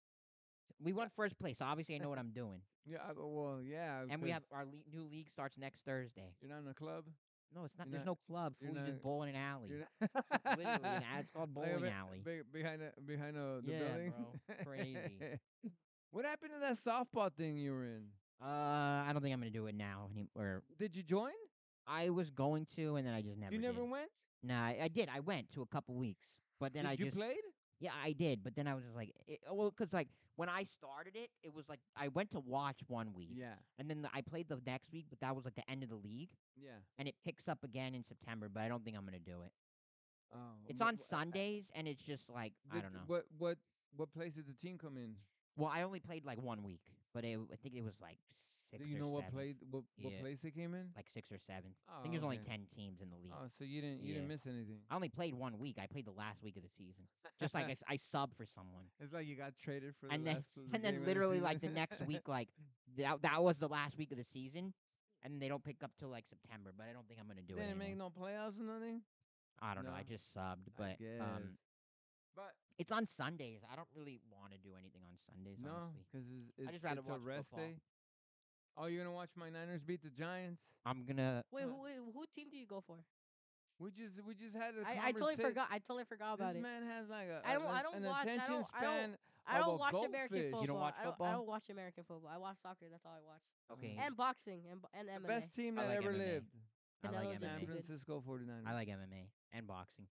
We won first place. so Obviously, I know what I'm doing.
Yeah, I go, well, yeah.
And we have
because
our le- new league starts next Thursday.
You're not in a club.
No, it's not.
You're
There's
not-
no club.
you're
Fool, you
not-
just bowl in an alley.
You're
It's Literally, an alley. it's called
Like a
bowling
bit-
alley.
be- behind a, behind a, the
Yeah,
building.
bro. Crazy.
what happened to that softball thing you were in?
Uh, I don't think I'm gonna do it now. Any, or
Did you join?
I was going to, and then I just never.
you never
Did.
went.
Nah, I, I did. I went to a couple weeks, but then
Did
I
you
just
played?
yeah, I did. But then I was just like, it, well, because like when I started it, it was like I went to watch one week,
Yeah,
and then the, I played the next week, but that was like the end of the league,
yeah.
and it picks up again in September. But I don't think I'm gonna do it.
Oh,
It's
but
on
wh-
Sundays, and it's just like I
did-
don't know.
What what what place did the team come in?
Well, I only played like one week, but it, I think it was like six.
Do you
or
know what
seventh,
play what, what
Yeah.
place they came in?
Like six or seventh.
oh,
I think there's only
okay.
ten teams in the league.
Oh, so you didn't you didn't
Yeah.
miss anything.
I only played one week. I played the last week of the season. Just like I, s- I sub for someone,
It's like you got traded for
and
the
then
last pl-
and
game
then
of
literally like the
season.
next week, like that that was the last week of the season, and they don't pick up till like September. But I don't think I'm gonna do it.
Didn't
anymore.
make no playoffs or nothing.
I don't know. I
no-
just subbed,
I
but
guess.
um,
but
it's on Sundays. I don't really want to do anything on Sundays.
no,
honestly.
because it's, it's,
just rather
it's
watch
a rest
football.
day. Oh, you're gonna watch my Niners beat the Giants?
I'm gonna.
Wait,
Uh,
who, wait, who team do you go for?
We just we just had a
I, I totally
conversa-
forgot. I totally forgot about
This
it.
man has like a
I don't-
an,
I don't
an
watch- I
attention
don't- I
span.
don't- I
of
don't
a
watch American
goldfish. You
football.
don't
watch
I, don't, I
football?
don't watch American football. I watch soccer. That's all I watch.
Okay.
And boxing and b- and MMA.
the best team
mm, I
that
like
ever
MMA.
lived.
I like
Canelo's
San
just too
MMA.
good.
Francisco 49ers.
I like MMA and boxing.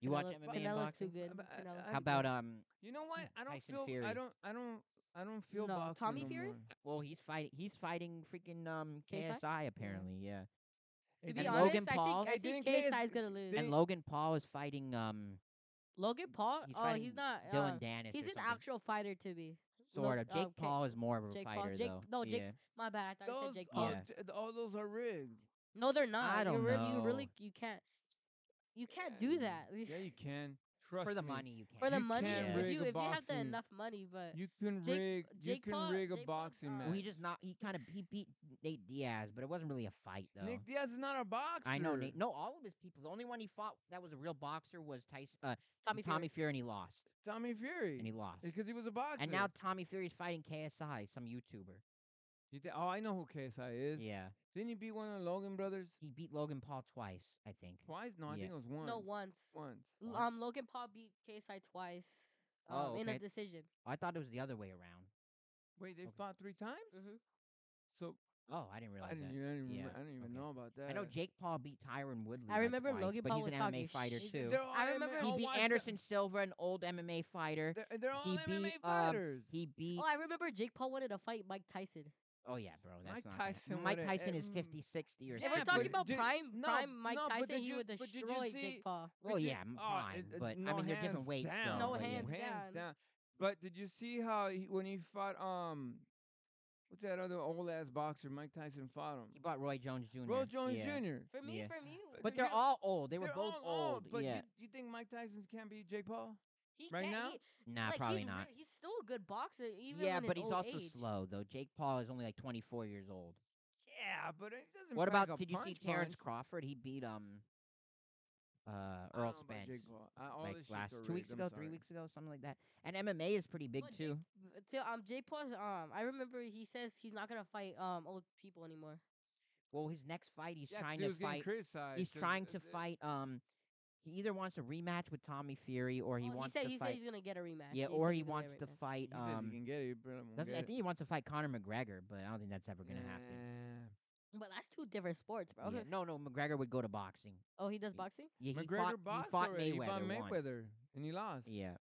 You watch
Canelo-
MMA and
Canelo's
boxing?
too good.
But uh, I-
Canelo's
I-
How
too good.
about um?
You know what? I don't
Tyson
feel.
Fury.
I don't. I don't. I don't feel
No,
boxing.
Tommy
no
Fury?
more.
Well, he's fighting. He's fighting freaking um
KSI?
KSI, apparently. Yeah.
To
Hey,
be
and
dude,
honest,
Logan Paul-
I
Hey,
think, I think
didn't
KSI is
KS
gonna lose.
didn't-
And Logan Paul is fighting um.
Logan Paul?
He's
oh,
fighting
he's not.
Dylan
uh,
Danis.
he's
or
an
something.
actual fighter to be.
sort
Look- uh,
of. Jake
okay.
Paul is more of a
Jake Paul-
fighter
Jake-
though.
no, Jake-
Yeah.
My bad. I thought you
Those
said Jake Paul.
are, j- all those are rigged.
No, they're not.
I don't
you really, You
know.
really, you can't. You can't
Yeah,
do that.
Yeah, you can. Trust
for the
me.
money you can.
For the
You
money,
can't
would
rig
you
a
if you have the
boxing-
enough money? But
You can
Jake-
rig.
Jake
you can
Paul-
rig a
Jake Paul,
boxing
uh,
match.
Well, he just not. He kind of he beat Nate Diaz, but it wasn't really a fight though.
Nick Diaz is not a boxer.
I know Nate. No, all of his people. The only one he fought that was a real boxer was Tyson. Uh,
Tommy, Fury.
Tommy Fury, and he lost.
Tommy Fury.
And he lost.
because he was a boxer.
And now Tommy Fury's fighting KSI, some YouTuber.
You thi- oh, I know who KSI is.
Yeah,
Didn't he beat one of the Logan brothers
he beat Logan Paul twice, I think.
twice? No, I
Yeah.
think it was once.
no once.
Once.
L-
What?
Um, Logan Paul beat KSI twice. Um,
Oh,
in a
okay.
decision.
I thought it was the other way around.
Wait, they
Okay.
fought three times.
Mhm.
So
Oh, I
I
didn't realize
didn't.
that.
even- I didn't, remember,
Yeah,
I didn't even
okay.
know about that.
I know Jake Paul beat Tyron Woodley.
I
like,
remember
twice,
Logan
but
Paul
he's
was
an
talking
MMA fighter
shit.
too.
They're all
I remember
MMA
He
all
beat
oh, watch the-
Anderson Silva, an old MMA fighter.
They're, they're all
he
MMA
beat, um,
fighters.
He beat.
Oh, I remember Jake Paul wanted to fight Mike Tyson.
Oh yeah, bro. That's
Mike
not
Tyson
That. Mike
would've-
Tyson is
mm.
50, 60 or
Yeah,
if we're
something.
but
talking about
did-
prime,
no,
prime Mike
no, but
Tyson,
did
he
you-
would
but did you
destroy
see-
Jake Paul.
Did
Well,
you-
yeah, I'm
oh, it-
fine,
it-
but, I
no
mean, they're different
hands
weights,
Down.
though, No
but-
but- hands down.
But did you see how he, when he fought um, what's that other old ass boxer Mike Tyson fought him?
He bought Roy Jones Jr.
Roy Jones
yeah.
Jr.
For me,
Yeah.
for me,
But
But
they're
they're all old. They were
They're
both
all old, But
yeah.
you, you think Mike Tyson can't beat Jake Paul?
he
Right
can't.
now?
he-
nah,
like,
probably
he's, re-
not.
He's still a good boxer, even
Yeah,
in
but
his
he's
old
also
age.
slow though. Jake Paul is only like 24 years old.
Yeah, but it doesn't.
What
pack
about
a
did you see
punch
Terrence
punch.
Crawford? He beat um uh
I don't
Earl
know about
Spence
Jake Paul. I- all
like
this shit's
last
are
two
rigged,
weeks
I'm
ago, three
sorry.
weeks ago, something like that. And MMA is pretty big
Well, Jake-
too.
Till um, Jake Paul's um, I remember he says he's not gonna fight um old people anymore.
Well, his next fight, he's
Yeah, 'cause
trying
he
to
was getting
fight.
criticized
He's
'cause,
trying
uh,
to
th-
fight. Um, he either wants a rematch with Tommy Fury, or he
Well,
wants
said
to
he said
fight.
he's gonna get a rematch.
Yeah,
said
or
he's
he
gonna
wants
get a
to
rematch.
fight.
He says he
Um,
can get it, but I won't
doesn't,
get
I
it.
think he wants to fight Conor McGregor, but I don't think that's ever gonna happen.
But that's two different sports, bro.
Yeah, No, no, McGregor would go to boxing.
Oh, he does
Yeah.
boxing.
Yeah, he
McGregor
fought.
boxed
he fought
already.
Mayweather.
He fought
once.
Mayweather, and he lost.
Yeah,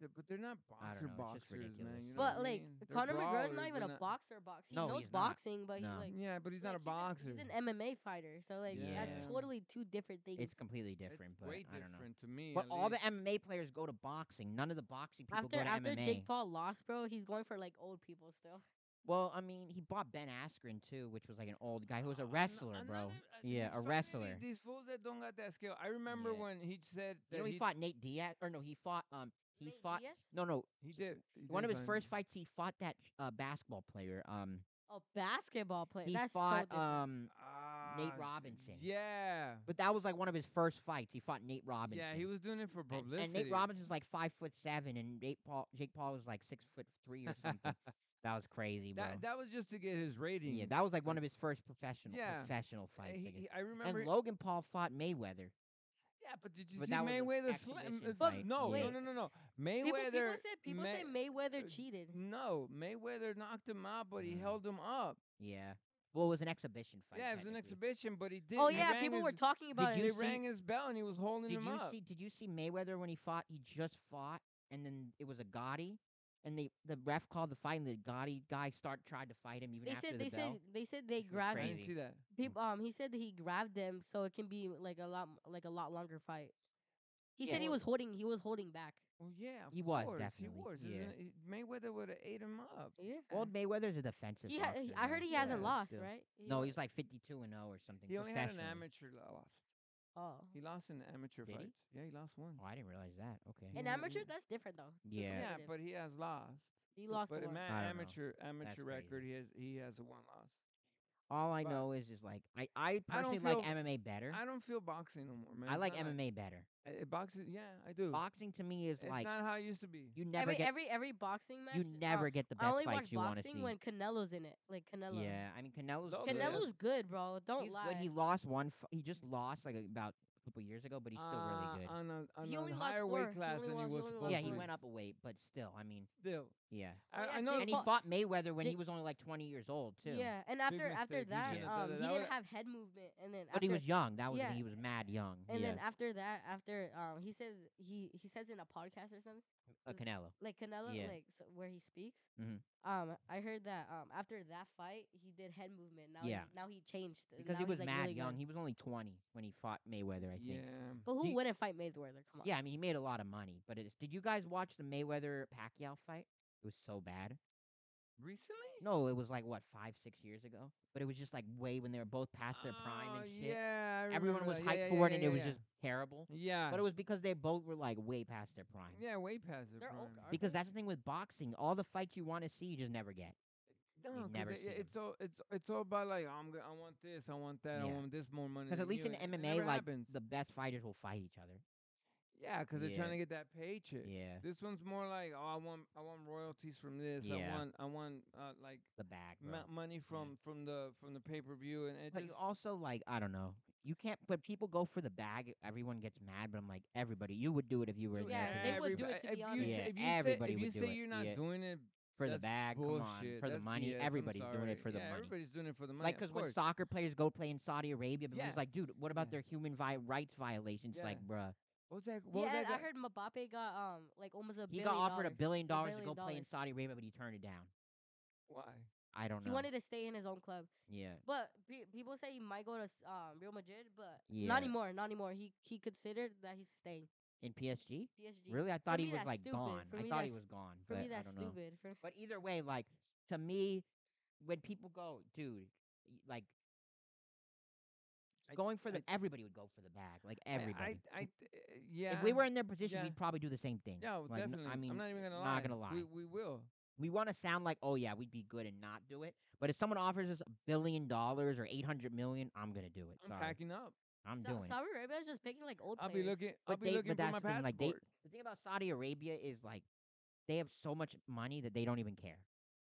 Th- but they're not
I
boxer
don't know, it's just
boxers, man.
ridiculous.
You know what
But
I
like
mean? They're
Conor McGregor's
brawlers,
not even
they're
a boxer. Boxer. He
No,
knows
he's not.
boxing, but
No.
he like.
Yeah, but he's not
like,
a boxer.
He's an MMA fighter, so like that's
Yeah.
totally two different things.
it's completely
It's
different. but
way
I don't know.
different to me.
But
at
all
least.
the MMA players go to boxing. None of the boxing people
after
go to
after
MMA.
Jake Paul lost, bro, he's going for like old people still.
Well, I mean, he bought Ben Askren too, which was like an old guy who was
Uh,
a
ano-
wrestler, bro.
another- uh,
Yeah,
these
a
fucking idi-
wrestler.
These fools that don't got that skill. I remember
Yeah.
when he said that
You know, he, fought Nate Diaz, or no, he fought. Um, he
Nate
fought.
Diaz?
No, no,
He did. he
one
did
of his
find-
first fights, he fought that uh, basketball player. Um,
A basketball player.
he
that's so
fought.
different.
um,
Ah,
Nate
d-
Robinson.
Yeah.
but that was like one of his first fights. He fought Nate Robinson.
Yeah, he was doing it for
And,
publicity.
and Nate Robinson's like five foot seven, and Nate Paul, Jake Paul was like six foot three or something. that was crazy, bro.
That, that was just to get his rating.
yeah, that was like one of his first professional
Yeah. Eh,
professional fights. I
he,
guess.
he- I remember.
and Logan Paul fought Mayweather.
yeah, but did you
but
see
that was his
Mayweather slam?
exhibition
uh,
fight,
No,
yeah.
no, no, no, no.
people,
Mayweather.
people said people say
May-
Mayweather
uh,
cheated.
No, Mayweather knocked him out, but he
Mm.
held him up.
Yeah. Well, it was an exhibition fight.
yeah, it was an
technically.
exhibition, but he did.
Oh
he
yeah,
rang
people were
his-
talking about
Did
They
it.
you see-
rang his bell and he was holding
Did
him
you
up.
see? Did you see Mayweather when he fought? He just fought, and then it was a Gotti, and the the ref called the fight, and the Gotti guy start tried to fight him even
They
after
said
the
they
bell.
said they said they
was
grabbed
I
crazy.
didn't see that.
peop- um he said that he grabbed them so it can be like a lot m- like a lot longer fight. He
Yeah.
said he was holding he was holding back.
Well, yeah, of
He was,
course,
definitely,
He was.
yeah.
Isn't it- Mayweather would have ate him up.
Yeah.
Old Mayweather's a defensive.
he ha-
boxer,
he- I
though,
heard he
so
hasn't
it's
lost,
still-
right? He
No,
wa-
he's like fifty-two and zero oh or something.
He only had an
professionally.
amateur loss.
Oh.
He lost in amateur
Did he?
fights. Yeah, he lost once.
Oh, I didn't realize that. Okay.
He
An
Yeah,
amateur,
yeah.
that's different though. It's a
Yeah.
Yeah,
competitive.
but he has lost.
He lost
But in
one.
my
I don't know.
amateur amateur
crazy.
record, he has he has a one loss.
All I
but-
know is, is like I, I
I don't
personally like
feel-
MMA better.
I don't feel boxing no more, man.
I
It's
like
not
MMA better.
Uh, boxing, yeah, I do.
Boxing to me is
it's
like
not how it used to be.
you never
every
get
every every boxing match.
you
uh,
never get the
I
best
only
fights
watch
you want to
boxing
see.
when Canelo's in it. Like Canelo.
yeah, I mean Canelo's
Logan
good.
Canelo-
Canelo's good, bro. Don't
He's
lie.
good. He lost one. F- he just lost like about a couple years ago, but he's still really
Uh,
good.
On a, on
He
a
only lost
higher
four.
weight
He
class
only
than he
lost-
was
he only
supposed
lost
yeah,
to.
he
four.
be.
went up a weight, but still, I mean,
Still,
yeah.
I,
yeah,
I know.
And
Jake
the
he
Paul-
fought Mayweather when
Jake-
he was only like 20 years old too.
Yeah, and after after
mistake. You
that,
shouldn't have
um,
done that.
he
That
didn't
would've-
have head movement, and then
but he
after-
was young. That was
yeah.
he was mad young.
and
yeah,
then after that, after um, he said he he says in a podcast or something
uh, Canelo.
like Canelo,
Yeah.
like so where he speaks.
Mhm.
Um, I heard that um after that fight, he did head movement. Now
Yeah.
he, now he changed and
Because
now
he
he's,
was
like,
mad
really
young.
good.
He was only 20 when he fought Mayweather, I think.
yeah,
But who
he-
wouldn't fight Mayweather? Come on.
Yeah, I mean, he made a lot of money. But it's, did you guys watch the Mayweather Pacquiao fight? It was so bad.
recently.
No, it was like what five, six years ago. But it was just like way when they were both past their prime
Oh,
and shit.
Yeah, I
Everyone
remember
was hyped
that. Yeah, yeah,
for it,
yeah,
and
yeah,
it was
yeah.
just terrible.
yeah.
But it was because they both were like way past their prime.
yeah, way past the
They're
prime.
all gar-
Because that's the thing with boxing, all the fights you want to see, you just never get.
No, 'cause
never
it-
seen
it's all it's it's all about like "Oh, I'm go- I want this, I want that, I
Yeah.
want this more money.
Because at
than
least
you,
in
and Mm, it
MMA,
never
like
happens.
the best fighters will fight each other.
yeah, because they're
Yeah.
trying to get that paycheck.
Yeah,
This one's more like oh I want I want royalties from this.
Yeah.
I want I want uh, like
the back.
ma-
bro.
money from from the from the pay per view and it
But you
just
also like I don't know. You can't. But people go for the bag. Everyone gets mad. But I'm like, everybody, you would do it if you were
Dude,
in
Yeah,
that
they
position.
would do
everybo-
it, to be
if you
honest.
say-
Yeah,
if you
everybody
say, if you
would do
say
it.
you're not
Yeah.
doing it
for the
that's
bag.
bullshit.
Come on, for the
That's
money.
BS, I'm
Everybody's doing it
sorry.
for the
yeah,
money.
Everybody's doing it for the money.
Like,
because
because when soccer players go play in Saudi Arabia, but
Yeah.
it's like, dude, what about
Yeah.
their human vi- rights violations? It's
Yeah.
Like, bruh,
what's that? What
Yeah,
was
and
that
I
guy-
heard Mbappe got um like almost a
he
billion
got offered a
dollars.
billion dollars to
billion
go play in
dollars.
Saudi Arabia, but he turned it down.
Why?
I don't
He
know.
wanted to stay in his own club,
yeah,
but pe- people say he might go to s- um Real Madrid, but
Yeah.
not anymore. Not anymore. He he considered that he's staying
in PSG.
PSG.
Really, I thought
me,
he was
that's
like
stupid.
gone.
For
I
me,
thought he
that's-
was gone.
For
but
me, that's
I don't know.
stupid. For
But either way, like to me, when people go, dude, y- like
I-
going for the
I-
everybody would go for the bag, like
I-
everybody.
I, I, th- yeah.
if we were in their position,
yeah.
we'd probably do the same thing.
No,
Like, n-
definitely.
I mean,
I'm not even gonna
not
lie.
gonna lie.
We, we will.
we want to sound like, oh yeah, we'd be good and not do it. But if someone offers us a billion dollars or eight hundred million, I'm gonna do it.
I'm
Sorry,
packing up.
I'm
Sa-
doing it.
Saudi Arabia's just picking like old
I'll
players.
be looking. I'll
But
be
they,
looking
but
for
that's
my
the thing.
passport.
Like they, the thing about Saudi Arabia is like they have so much money that they don't even care.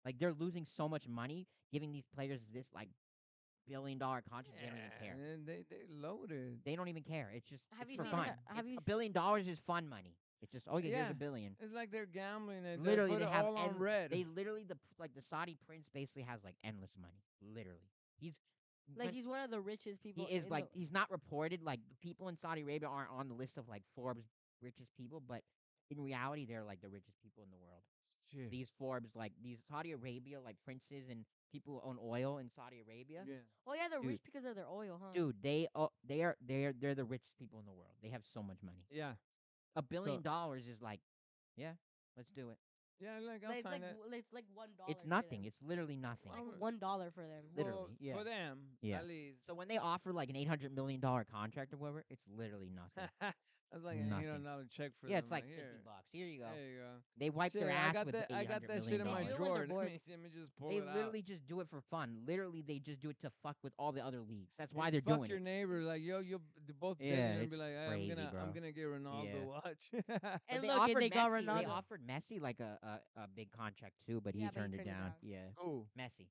Like they're losing so much money giving these players this like billion dollar contract. They don't even
Yeah,
care.
and they they loaded.
They don't even care. It's just
Have
it's
you
for
seen
fun.
the- have
It-
you
a
s-
billion dollars is fun money. It's just oh yeah, here's
Yeah.
a billion.
It's like they're gambling. They,
Literally,
they, put
they
it
have
all on
en-
red.
They literally the p- like the Saudi prince basically has like endless money. Literally, he's
Like
when-
he's one of the richest
he
people.
is
in
like
the,
he's not reported. Like the people in Saudi Arabia aren't on the list of like Forbes richest people, but in reality, they're like the richest people in the world.
Shit.
These Forbes like these Saudi Arabia like princes and people who own oil in Saudi Arabia.
Yeah.
oh yeah, they're
Dude.
rich because of their oil, huh?
Dude, they oh, they are they're they're the richest people in the world. They have so much money.
Yeah.
A billion dollars is like, yeah, let's do it.
Yeah. Like I'll
like,
sign
like,
that.
w- it's like one dollar.
It's nothing. It's literally nothing.
Wow.
like one dollar for them.
Literally.
Well,
yeah.
For them.
Yeah.
At least.
So when they offer like an eight hundred million dollar contract or whatever, it's literally nothing.
That's like an eight
Nothing.
hundred dollar check for
yeah,
them.
it's like
here.
fifty bucks. Here you go.
There you go.
They wipe
Shit,
their
I
ass
got
with
that. I got that shit in my
They do
dollars.
it when
drawer.
they're
That
bored.
means let me just pull
They
it out.
literally just do it for fun. Literally, they just do it to fuck with all the other leagues. That's why
And
they're
fuck
doing
your
it.
neighbor. Like yo, you both yeah,
Yeah,
and
it's
be like, "Hey,
crazy,
I'm gonna, I'm
bro.
gonna get Ronaldo
Yeah.
watch.
But
And
they
look, and
offered
they got
Messi. They
Ronaldo.
offered Messi like a, a, a big contract too, but
Yeah,
he
but he
turned it
turned it
down.
down.
Yeah,
Who?
Messi.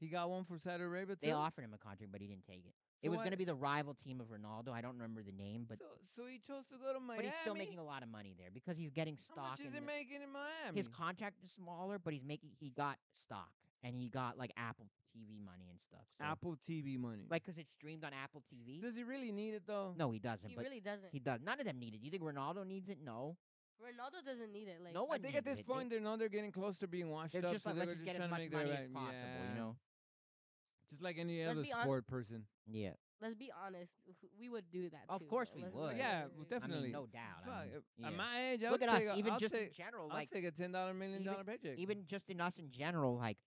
He got one for Saudi Arabia too.
They offered him a contract, but he didn't take it.
So
It was
what-
going to be the rival team of Ronaldo. I don't remember the name, but
so, so he chose to go to Miami.
but he's still making a lot of money there because he's getting stock.
How much is
in
he
the-
making in Miami?
his contract is smaller, but he's making he got stock and he got like Apple TV money and stuff. So,
Apple TV money.
like because it's streamed on Apple TV.
does he really need it though?
No, he doesn't.
He
but
really doesn't.
he does. None of them need it. You think Ronaldo needs it? No.
Ronaldo doesn't need it. Like
No
I
one
think at
needs
this
it. They-
point they know they're getting close to being washed
They're
up,
just
so
like
they're
let's just
just
get
trying
as
to
much
make their
money
right.
as possible.
yeah.
You know.
just like any
Let's
other
be hon-
sport person.
Yeah.
let's be honest, w- we would do that.
Of
too,
course
bro.
we
Let's-
would. But-
yeah, well,
I mean,
definitely.
no doubt, I
Fuck,
mean,
at
yeah.
my age, I
Look
would
at us.
take a-
even
I'll
just in
take,
general,
I'll
like
take a ten dollar million
even-
dollar paycheck.
even just in us in general, like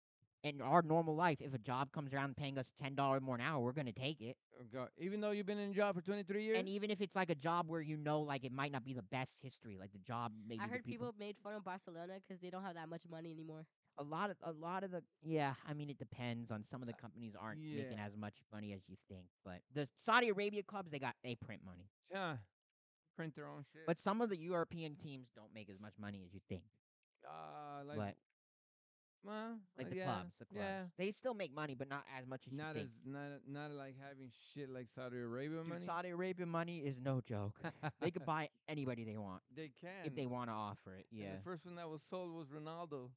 in our normal life, if a job comes around paying us ten dollars more an hour, we're gonna take it.
Oh, God. Even though you've been in a job for 23 years?
And even if it's like a job where you know, like it might not be the best history, like the job maybe.
I
the
heard people made fun of Barcelona because they don't have that much money anymore.
a lot of a lot of the yeah. I mean, it depends on some of the companies aren't making
Uh, yeah.
as much money as you think, but the Saudi Arabia clubs they got they print money,
Huh. print their own shit.
but some of the European teams don't make as much money as you think.
uh, like,
But
well,
like
uh,
the
yeah,
clubs, the clubs,
yeah.
they still make money, but not as much as you
Not
think.
as not not like having shit like Saudi Arabia
Dude,
money.
Saudi Arabia money is no joke. they could buy anybody they want
They can.
if they want to offer it.
And
Yeah,
the first one that was sold was Ronaldo.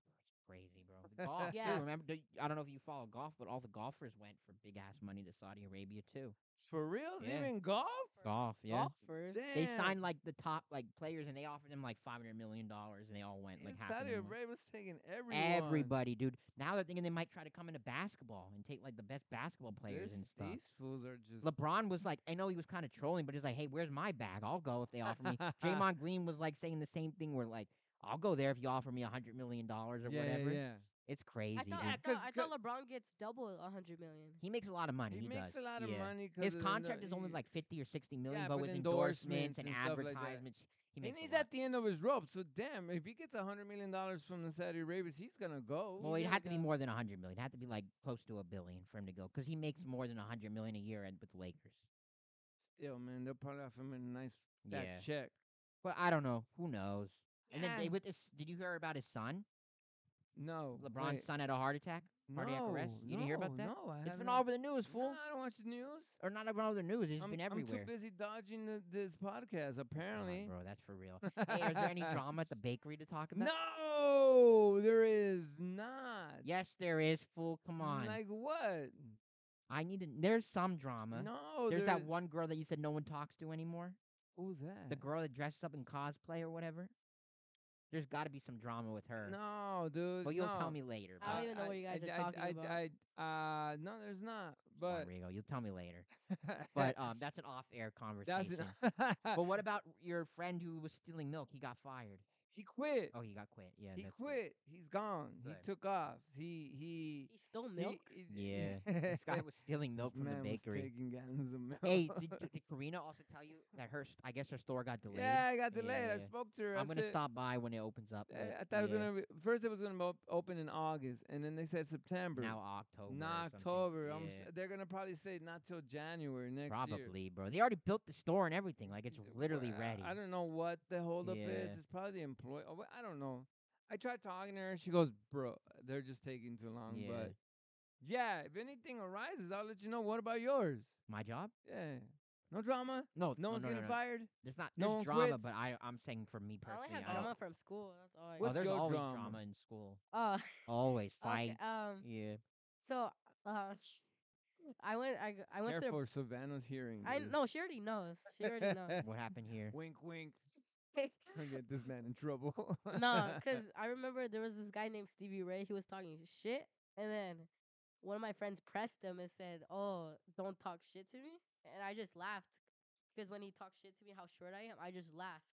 crazy, bro. The golf
Yeah.
too. Remember, the, I don't know if you follow golf, but all the golfers went for big ass money to Saudi Arabia too.
For reals?
Yeah.
Even golf?
Golf, yeah.
Golfers.
Damn.
They signed like the top like players, and they offered them like five hundred million dollars, and they all went. Like
And
half of
Saudi
them went.
Arabia's taking everyone.
Everybody, dude. Now they're thinking they might try to come into basketball and take like the best basketball players
This-
and stuff.
These fools are just.
LeBron was like, I know he was kind of trolling, but he's like, hey, where's my bag? I'll go if they offer me. Draymond Green was like saying the same thing. Where like, I'll go there if you offer me a hundred million dollars or
yeah,
whatever.
yeah, yeah.
It's crazy.
I
dude.
thought, I,
Yeah,
thought, I
'cause-
thought LeBron gets double a hundred million.
He makes a lot of money.
He,
He,
makes
does.
a lot of
yeah.
money because
His contract is only like fifty or sixty million,
Yeah,
but
with
with
endorsements
endorsements and
and stuff like that.
advertisements, he
and
makes. a
he's
lot.
at the end of his rope. So damn, if he gets a hundred million dollars from the Saudi Arabia, he's gonna go.
Well, it
He's gonna
had to be
go.
more than a hundred million. It had to be like close to a billion for him to go, because he makes more than a hundred million a year at, with the Lakers.
Still, man, they'll probably offer him a nice fat
Yeah.
check.
But I don't know. Who knows? And then they,
Yeah.
with this, did you hear about his son?
No,
LeBron's
wait.
son had a heart attack, cardiac
no,
arrest. You
no,
didn't hear about that?
No, I
it's
haven't.
been all over the news,
No,
fool.
I don't watch the news.
Or not all over the news. It's
I'm,
been
I'm too
everywhere.
busy dodging the, this podcast.
Come on,
Apparently,
bro, that's for real. hey, is there any drama at the bakery to talk about?
No, there is not.
Yes, there is, fool. Come on.
Like what?
I need to. There's some drama.
No,
There's that
there-
one girl that you said no one talks to anymore.
Who's that?
The girl that dressed up in cosplay or whatever. There's got to be some drama with her.
No, dude.
well, you'll
no.
tell me later.
I don't
but-
even know what you guys
I,
are
I,
talking
I,
about.
I, uh, no, there's not.
Come on,
But
Rigo, you'll tell me later. But um, that's an off-air
that's
conversation.
it.
but what about your friend who was stealing milk? He got fired.
he quit.
Oh, he got quit. Yeah,
he
that's weird.
quit. He's gone.
Good.
He took off. He he.
He stole
he-
milk.
he-
Yeah, this guy was stealing milk
This
from the
man was
bakery.
taking gallons of milk.
Hey, did, did did Karina also tell you that her? s- I guess her store got delayed.
yeah, I got
Yeah,
delayed. I
yeah.
spoke to her. I
I'm gonna
said-
stop by when it opens up.
I-
but
I thought it was
yeah,
gonna be, first. It was gonna op- open in August, and then they said September.
now October.
Nah,
or something.
October. I'm
Yeah.
s- they're gonna probably say not till January next year.
Probably, bro. They already built the store and everything. Like it's
Uh,
literally
well, I-
ready.
I don't know what the holdup is.
Yeah.
It's probably the employee. oh, wh- I don't know. I tried talking to her. She goes, "Bro, they're just taking too long."
Yeah.
But yeah, if anything arises, I'll let you know. What about yours?
My job?
Yeah, no drama.
No, oh,
No one's
no,
getting
no,
fired.
There's not.
no
There's
one
drama,
quits.
but I I'm saying for me
I only
personally,
have
I
drama
don't.
from school. That's all. I
oh,
What's
there's
your
always
drama?
in school.
Oh,
Always
Okay,
fights.
um,
yeah.
so uh, I went. I, g- I went to.
Careful, Savannah's hearing.
The, I
this.
no, she already knows. She already knows.
What happened here?
wink, wink. I get this man in trouble.
no, because I remember there was this guy named Stevie Ray. He was talking shit, and then one of my friends pressed him and said, "Oh, don't talk shit to me." And I just laughed because when he talked shit to me, how short I am, I just laughed.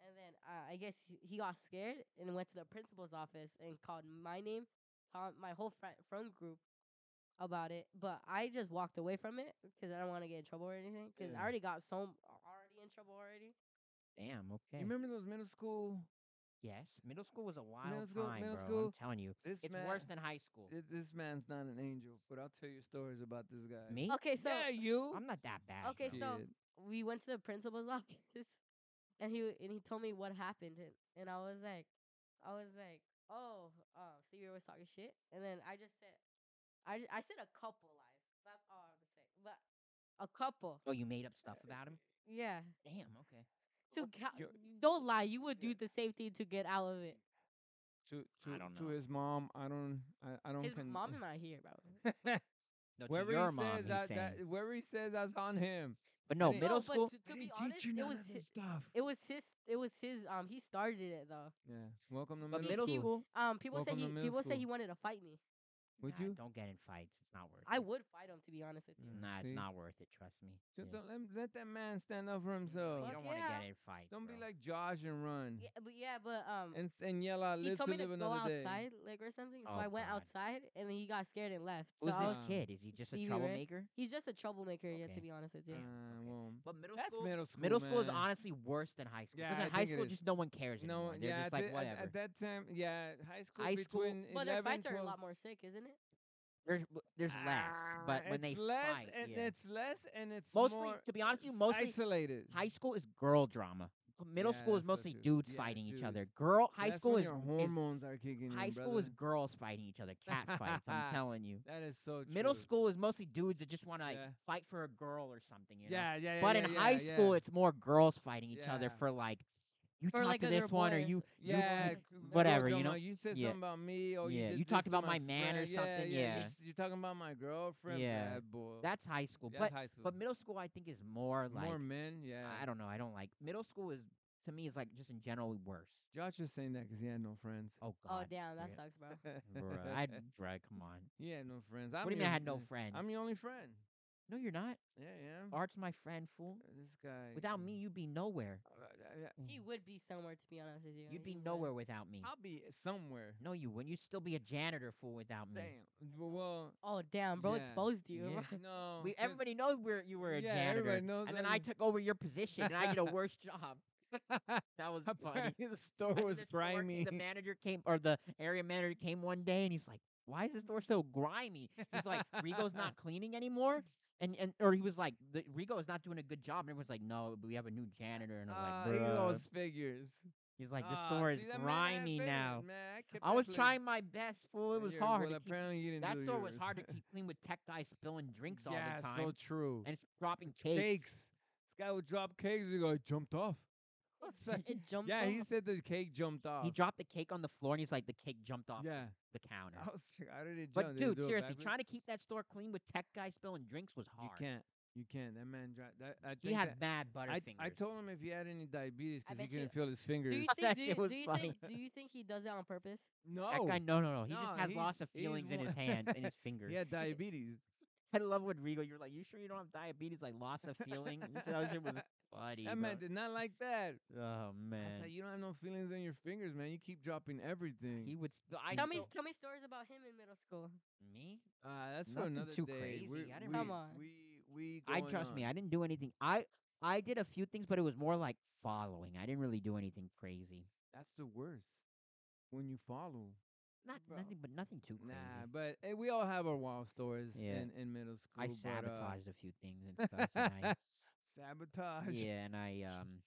And then uh, I guess he- he got scared and went to the principal's office and called my name, Tom, my whole fri friend group about it. But I just walked away from it because I don't want to get in trouble or anything. Because
Yeah.
I already got so already in trouble already.
Damn.
you
Okay.
remember those middle school?
yes. Middle school was a wild
Middle school-
time,
middle
bro. I'm
school,
telling you,
This
it's
man.
worse than high school.
th- this man's not an angel, but I'll tell you stories about this guy.
Me?
Okay, so
yeah, you.
I'm not that bad.
Okay,
bro.
so-
Shit.
we went to the principal's office and he and he told me what happened and, and I was like I was like, "Oh, uh, Stevie was talking shit." And then I just said I ju- I said a couple lies. That's all I'm saying. But a couple.
Oh, you made up stuff about him?
Yeah.
Damn. Okay.
To ca-
Yo-
don't lie, you would
Yeah.
do the same thing to get out of it.
to
I
to,
don't
to
know.
his mom. I don't. I, I don't.
His
con-
mom and I here, bro.
No, to
wherever
your
he
mom,
says
he's
that,
saying.
that, wherever he says that's on him.
but no,
didn't-
middle
no,
school.
but to,
I
to be
didn't
honest,
teach you
it
none
was
of
his,
this stuff.
it was his it was his um he started it though.
yeah. Welcome to
But
middle
middle
school.
school.
Um people
Welcome
said
to
he
middle
people said
school.
he wanted to fight me.
Would
Nah,
you?
Don't get in fights. It's not worth
I
it.
would fight him to be honest with you.
Nah, it's
See?
not worth it. Trust me.
Just
Yeah.
don't let, let that man stand up for
You
himself.
Fuck
don't want to
yeah.
get in fights.
Don't be
bro.
like Josh and run
Yeah, but yeah, but um,
and s- and yell out.
he
Live to
told me to
live
go
another day.
outside, like or something. So
Oh,
I went
God.
outside, and then he got scared and left. So
Who's
I was,
this kid? Is he just a
Stevie Ray.
troublemaker?
he's just a troublemaker. Yeah,
Okay.
to be honest with
Uh,
you.
okay.
well,
But middle
that's
school,
middle school.
middle school is
man.
honestly worse than high school. Because
Yeah, I
in high
think it
school,
is.
just no one cares
No,
anymore. They're
yeah, at,
just like
the- at-
whatever.
at that time, yeah, high school
High school-
between
But
11,
their fights are a
12
lot more sick, isn't it?
there's w- there's less, but
Ah,
when they
it's less
fight,
and
yeah.
it's less and it's
Mostly-
more
to be honest with you,
s-
mostly
isolated.
high school is girl drama. M- Middle
Yeah,
school is
that's so
mostly
true.
dudes
Yeah,
fighting each
dudes.
other. Girl, high
That's
school
when
is,
your
is
hormones are kicking
high
in,
school
brother.
is girls fighting each other, cat fights. I'm telling you.
That is so true.
Middle school is mostly dudes that just want to like,
Yeah.
fight for a girl or something. You know?
Yeah, yeah, yeah.
But
yeah,
in
yeah,
high
yeah.
school, it's more girls fighting each other
Yeah.
for like, you
For,
talk
like,
to
a
this
little
one or
boy.
you, you
yeah,
like,
c-
whatever,
girl
you know?
drama, You said
Yeah.
something about me, or
Yeah,
you, did
you
this
talked
to
about
my
my man or
friend. Yeah,
something,
Yeah,
yeah.
You, s- you talking about my girlfriend?
Yeah.
bad boy.
that's high school.
That's
but
high school.
but middle school, I think, is more like
more men. Yeah,
I don't know. I don't like middle school is to me is like just in general worse.
Josh is saying that because he had no friends.
Oh
Oh
God.
damn, that
yeah.
sucks, bro.
Bruh, I bruh, come on.
he had no friends. I'm
what do you mean
your-
I had no
uh,
friends?
I'm your only friend.
no, you're not.
Yeah, yeah.
Art's my friend, fool.
This guy. uh,
Without me, you'd be nowhere.
I- I- I-
He would be somewhere to be honest with you.
You'd be
He would.
nowhere without me.
I'll be somewhere.
No, you wouldn't. You'd still be a janitor, fool, without me.
Damn. W- Well,
Oh damn, bro,
Yeah.
exposed you.
Yeah.
no.
We,
'cause-
everybody knows where you were a
Yeah,
janitor,
everybody knows
and
that
then I
you-
took over your position, and I did a worse job. That was funny.
Apparently the store
I think
was
the store ca-
grimy.
The manager came, or the area manager came one day, and he's like, "Why is this door so grimy?" He's like, "Rigo's not cleaning anymore," and and or he was like, the, "Rigo is not doing a good job." And everyone's like, "No, we have a new janitor," and I
Ah,
was
look
like,
at
"Bruh."
those figures.
He's like, "The
Ah,
store is
see, that man had
grimy
faith,
now."
man. kept
I
that
was
place-
trying my best, fool. It was
Yeah,
hard.
Well,
to keep,
apparently you didn't
that
do
store was
yours.
hard to keep clean with tech guys spilling drinks all
yeah,
the time,
so true.
and it's dropping cakes.
cakes. This guy would drop cakes. He go, "I jumped off. It's like-
it jumped.
yeah,
off.
he said the cake jumped off.
He dropped the cake on the floor, and he's like, "The cake jumped off
Yeah,
the counter."
I was like, how did it jump?
But
Did it
dude,
do a
seriously,
backflip?
trying to keep that store clean with tech guys spilling drinks was
You
hard.
can't. You can't. That man dropped. That, I
He
think
had
that-
mad
I,
butterfingers.
I told him if he had any diabetes
I
because he
bet you-
couldn't feel his fingers.
Do you
That
think? Do
shit
you,
was
do you
funny.
think? Do you think he does it on purpose?
no,
that guy, no, no, no. He
No,
just has
he's-
lots of
he's
feelings in
one-
his hand and his fingers.
he had diabetes.
I love when Rigo, you're like, you sure you don't have diabetes? Like loss of feeling. that shit was funny.
that man
bro.
did not like that.
oh man,
I said, you don't have no feelings in your fingers, man. You keep dropping everything.
he would. s- I
tell me,
don't-
tell me stories about him in middle school.
me.
uh, that's for
Nothing
another
too
day.
crazy.
We're-
I didn't
we-
Come on.
We we.
I
going uh,
trust
on.
me. I didn't do anything. I I did a few things, but it was more like following. I didn't really do anything crazy.
That's the worst when you follow.
Not
Bro.
nothing, but nothing too crazy.
Nah, but eh, we all have our wild stories
Yeah.
in, in middle school.
I
but, uh,
sabotaged a few things and stuff. and I,
sabotage.
yeah, and I um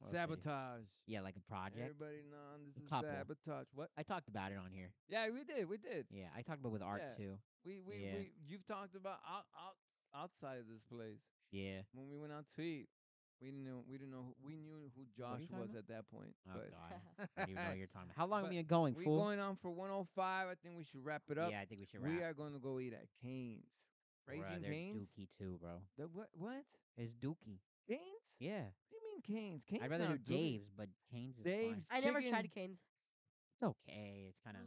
what else did I do?
Sabotage.
Yeah, like a project.
Everybody known this
A
is
couple.
sabotage. What?
I talked about it on here.
Yeah, we did. We did.
Yeah, I talked about with art
Yeah.
too.
We we,
Yeah.
we you've talked about out, out outside this place
Yeah.
when we went out to eat. We didn't know we didn't know who- we knew who
are
Josh
you talking
was
about?
at that point.
Oh
but
god. I don't even know what you're talking about. How long
But
have we been going,
we
fool?
going on for 105. I think we should wrap it up.
yeah, I think we should wrap.
we are going to go eat at Canes.
Bruh,
Raging
there's
Canes.
Dookie too, bro.
The what? What?
It's Dookie.
Canes?
Yeah.
What do you mean Canes? Canes
I'd rather do
not doing-
Dave's, but Cane's is fine.
Dave's-
I never tried
Chicken-
canes.
It's okay. It's kind of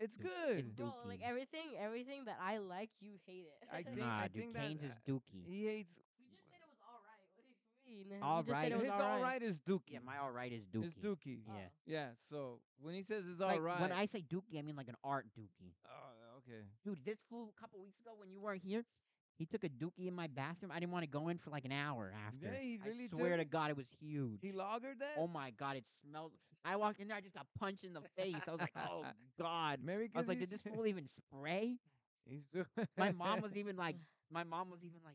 It's
It's-
good.
it's
Bro, like
Dookie.
everything, everything that I like, you hate it.
I think-
nah, dude.
think that,
Cane's
uh,
is Dookie.
he hates.
you just said it was all right. What do you mean?
All
you just
right.
said it was
his
all right.
is Dookie.
yeah, my all right is Dookie.
It's Dookie.
Yeah.
Oh.
Yeah. So when he says it's
It's like,
all right,
When I say Dookie, I mean like an art Dookie.
oh, okay.
Dude, this fool a couple weeks ago when you weren't here, he took a dookie in my bathroom. I didn't want to go in for like an hour after.
Yeah, he really
I swear
took
to
it?
God, it was huge.
He loggered that.
oh my God, it smelled. I walked in there, I just got punched in the face. I was like, oh God.
Maybe
I was
'cause
like,
he's-
did this fool even spray?
He's doing.
My mom was even like, my mom was even like,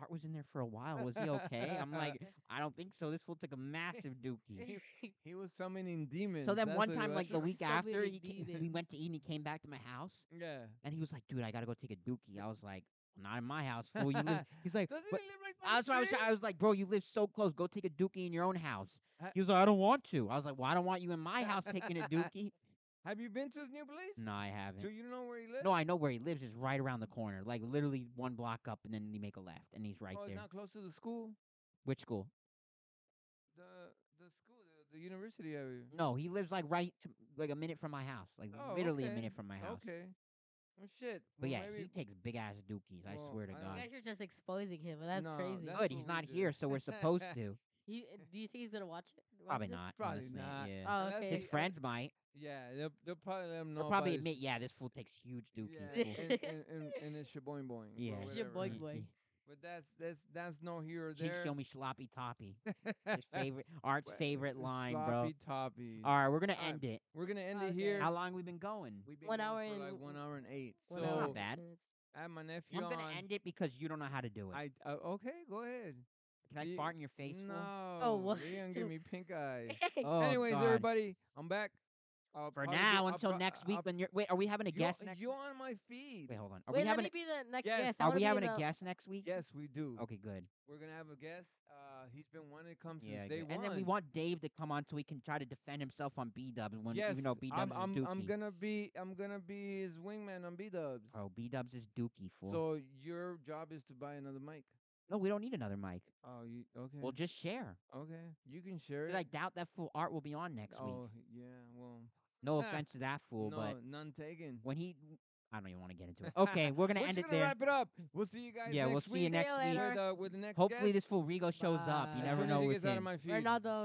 Art was in there for a while. Was he okay? I'm like, I don't think so. This fool took a massive dookie.
he, he was summoning demons.
So then
that's
one
what he
time,
was.
like the
He's
week
so
after,
many
he came, we
demons.
went to eat and he came back to my house.
yeah.
And he was like, dude, I gotta go take a dookie. I was like, not in my house, fool. You live. He's like,
Doesn't
"But-
he live right down
that's
the
why I was.
street?
I was like, bro, you live so close. Go take a dookie in your own house.
I-
He was like, I don't want to. I was like, well, I don't want you in my house taking a dookie.
Have you been to his new place?
no, I
So
haven't.
you don't know where he lives?
No, I know where he lives. It's right around the corner, like literally one block up, and then you make a left, and he's right
oh,
there.
it's not close to the school.
Which school?
The the school, the, the university area.
Mm, No, he lives like right, to, like a minute from my house, like
Oh,
literally a
okay.
minute from my house.
Okay. Oh shit. Well,
But yeah,
maybe-
he takes big ass dookies. I
Well,
swear to
I-
You
God.
guys are just exposing him, and that's
No,
crazy.
that's
Good,
what
he's
we
not
do.
here, so we're supposed to.
He, do you think he's gonna watch it? Watch
Probably
this?
not.
Probably
honestly,
not.
Yeah.
Oh,
And that's
okay.
His
the-
friends might.
Yeah, they'll, they'll probably let him know.
They'll probably
about his-
admit, yeah, this fool takes huge dookies.
Yeah,
fool."
and, and, and, and it's shaboing boing.
Yeah.
or
It's your
whatever.
boing boing.
But that's that's that's no here or
Cheek
there.
show me sloppy toppy. His favorite, Art's
Wha-
favorite line,
Sloppy
bro.
toppy.
All right, we're gonna
Alright,
end it.
We're gonna end it
Okay.
here.
How long we been going?
We've been
One
going
hour
for like
and-
one hour and eight.
One
That's
so
not
hour and
bad.
minutes.
I had my nephew
I'm gonna
on.
end it because you don't know how to do it.
I uh, okay, go ahead.
Can I
see-
fart in your face? fool?
no,
what?
you're gonna give me pink eye.
Oh,
Anyways,
God.
everybody, I'm back. I'll
For
probably do-
now,
I'll
until
pro-
next week,
I'll-
when you're wait, are we having a
you-
guest next?
You on my feed?
Wait, hold on. Are
Wait,
we
let
having?
me be the next
Yes.
guest. I
Are
wanna
we
be
having
in
a
the-
guest next week?
uh, Yes, we do.
Okay, good.
We're gonna have a guest. Uh, he's been wanting to come since
Yeah,
day
good.
one.
and then we want Dave to come on so he can try to defend himself on B Dubs when
yes,
even though B
I'm,
Dubs is
I'm,
dookie.
I'm gonna be I'm gonna be his wingman on B Dubs.
Oh, B Dubs is dookie fool.
So your job is to buy another mic.
no, we don't need another mic.
Oh, you okay?
We'll just share.
okay, you can share it.
I doubt that fool Art will be on next
oh
week.
yeah, well,
No offense to that fool,
no,
but
none taken.
when he, I don't even want to get into it. Okay, we're gonna
We're
end
just
it there.
wrap it up. We'll see you guys.
Yeah, we'll
next
see you
week
next
See you
week.
later.
With, uh, with the next. guest.
Hopefully, this fool Rigo shows up.
Bye.
You
As
never
soon
know
as he
with
gets out of
him.
my feed.
Ronaldo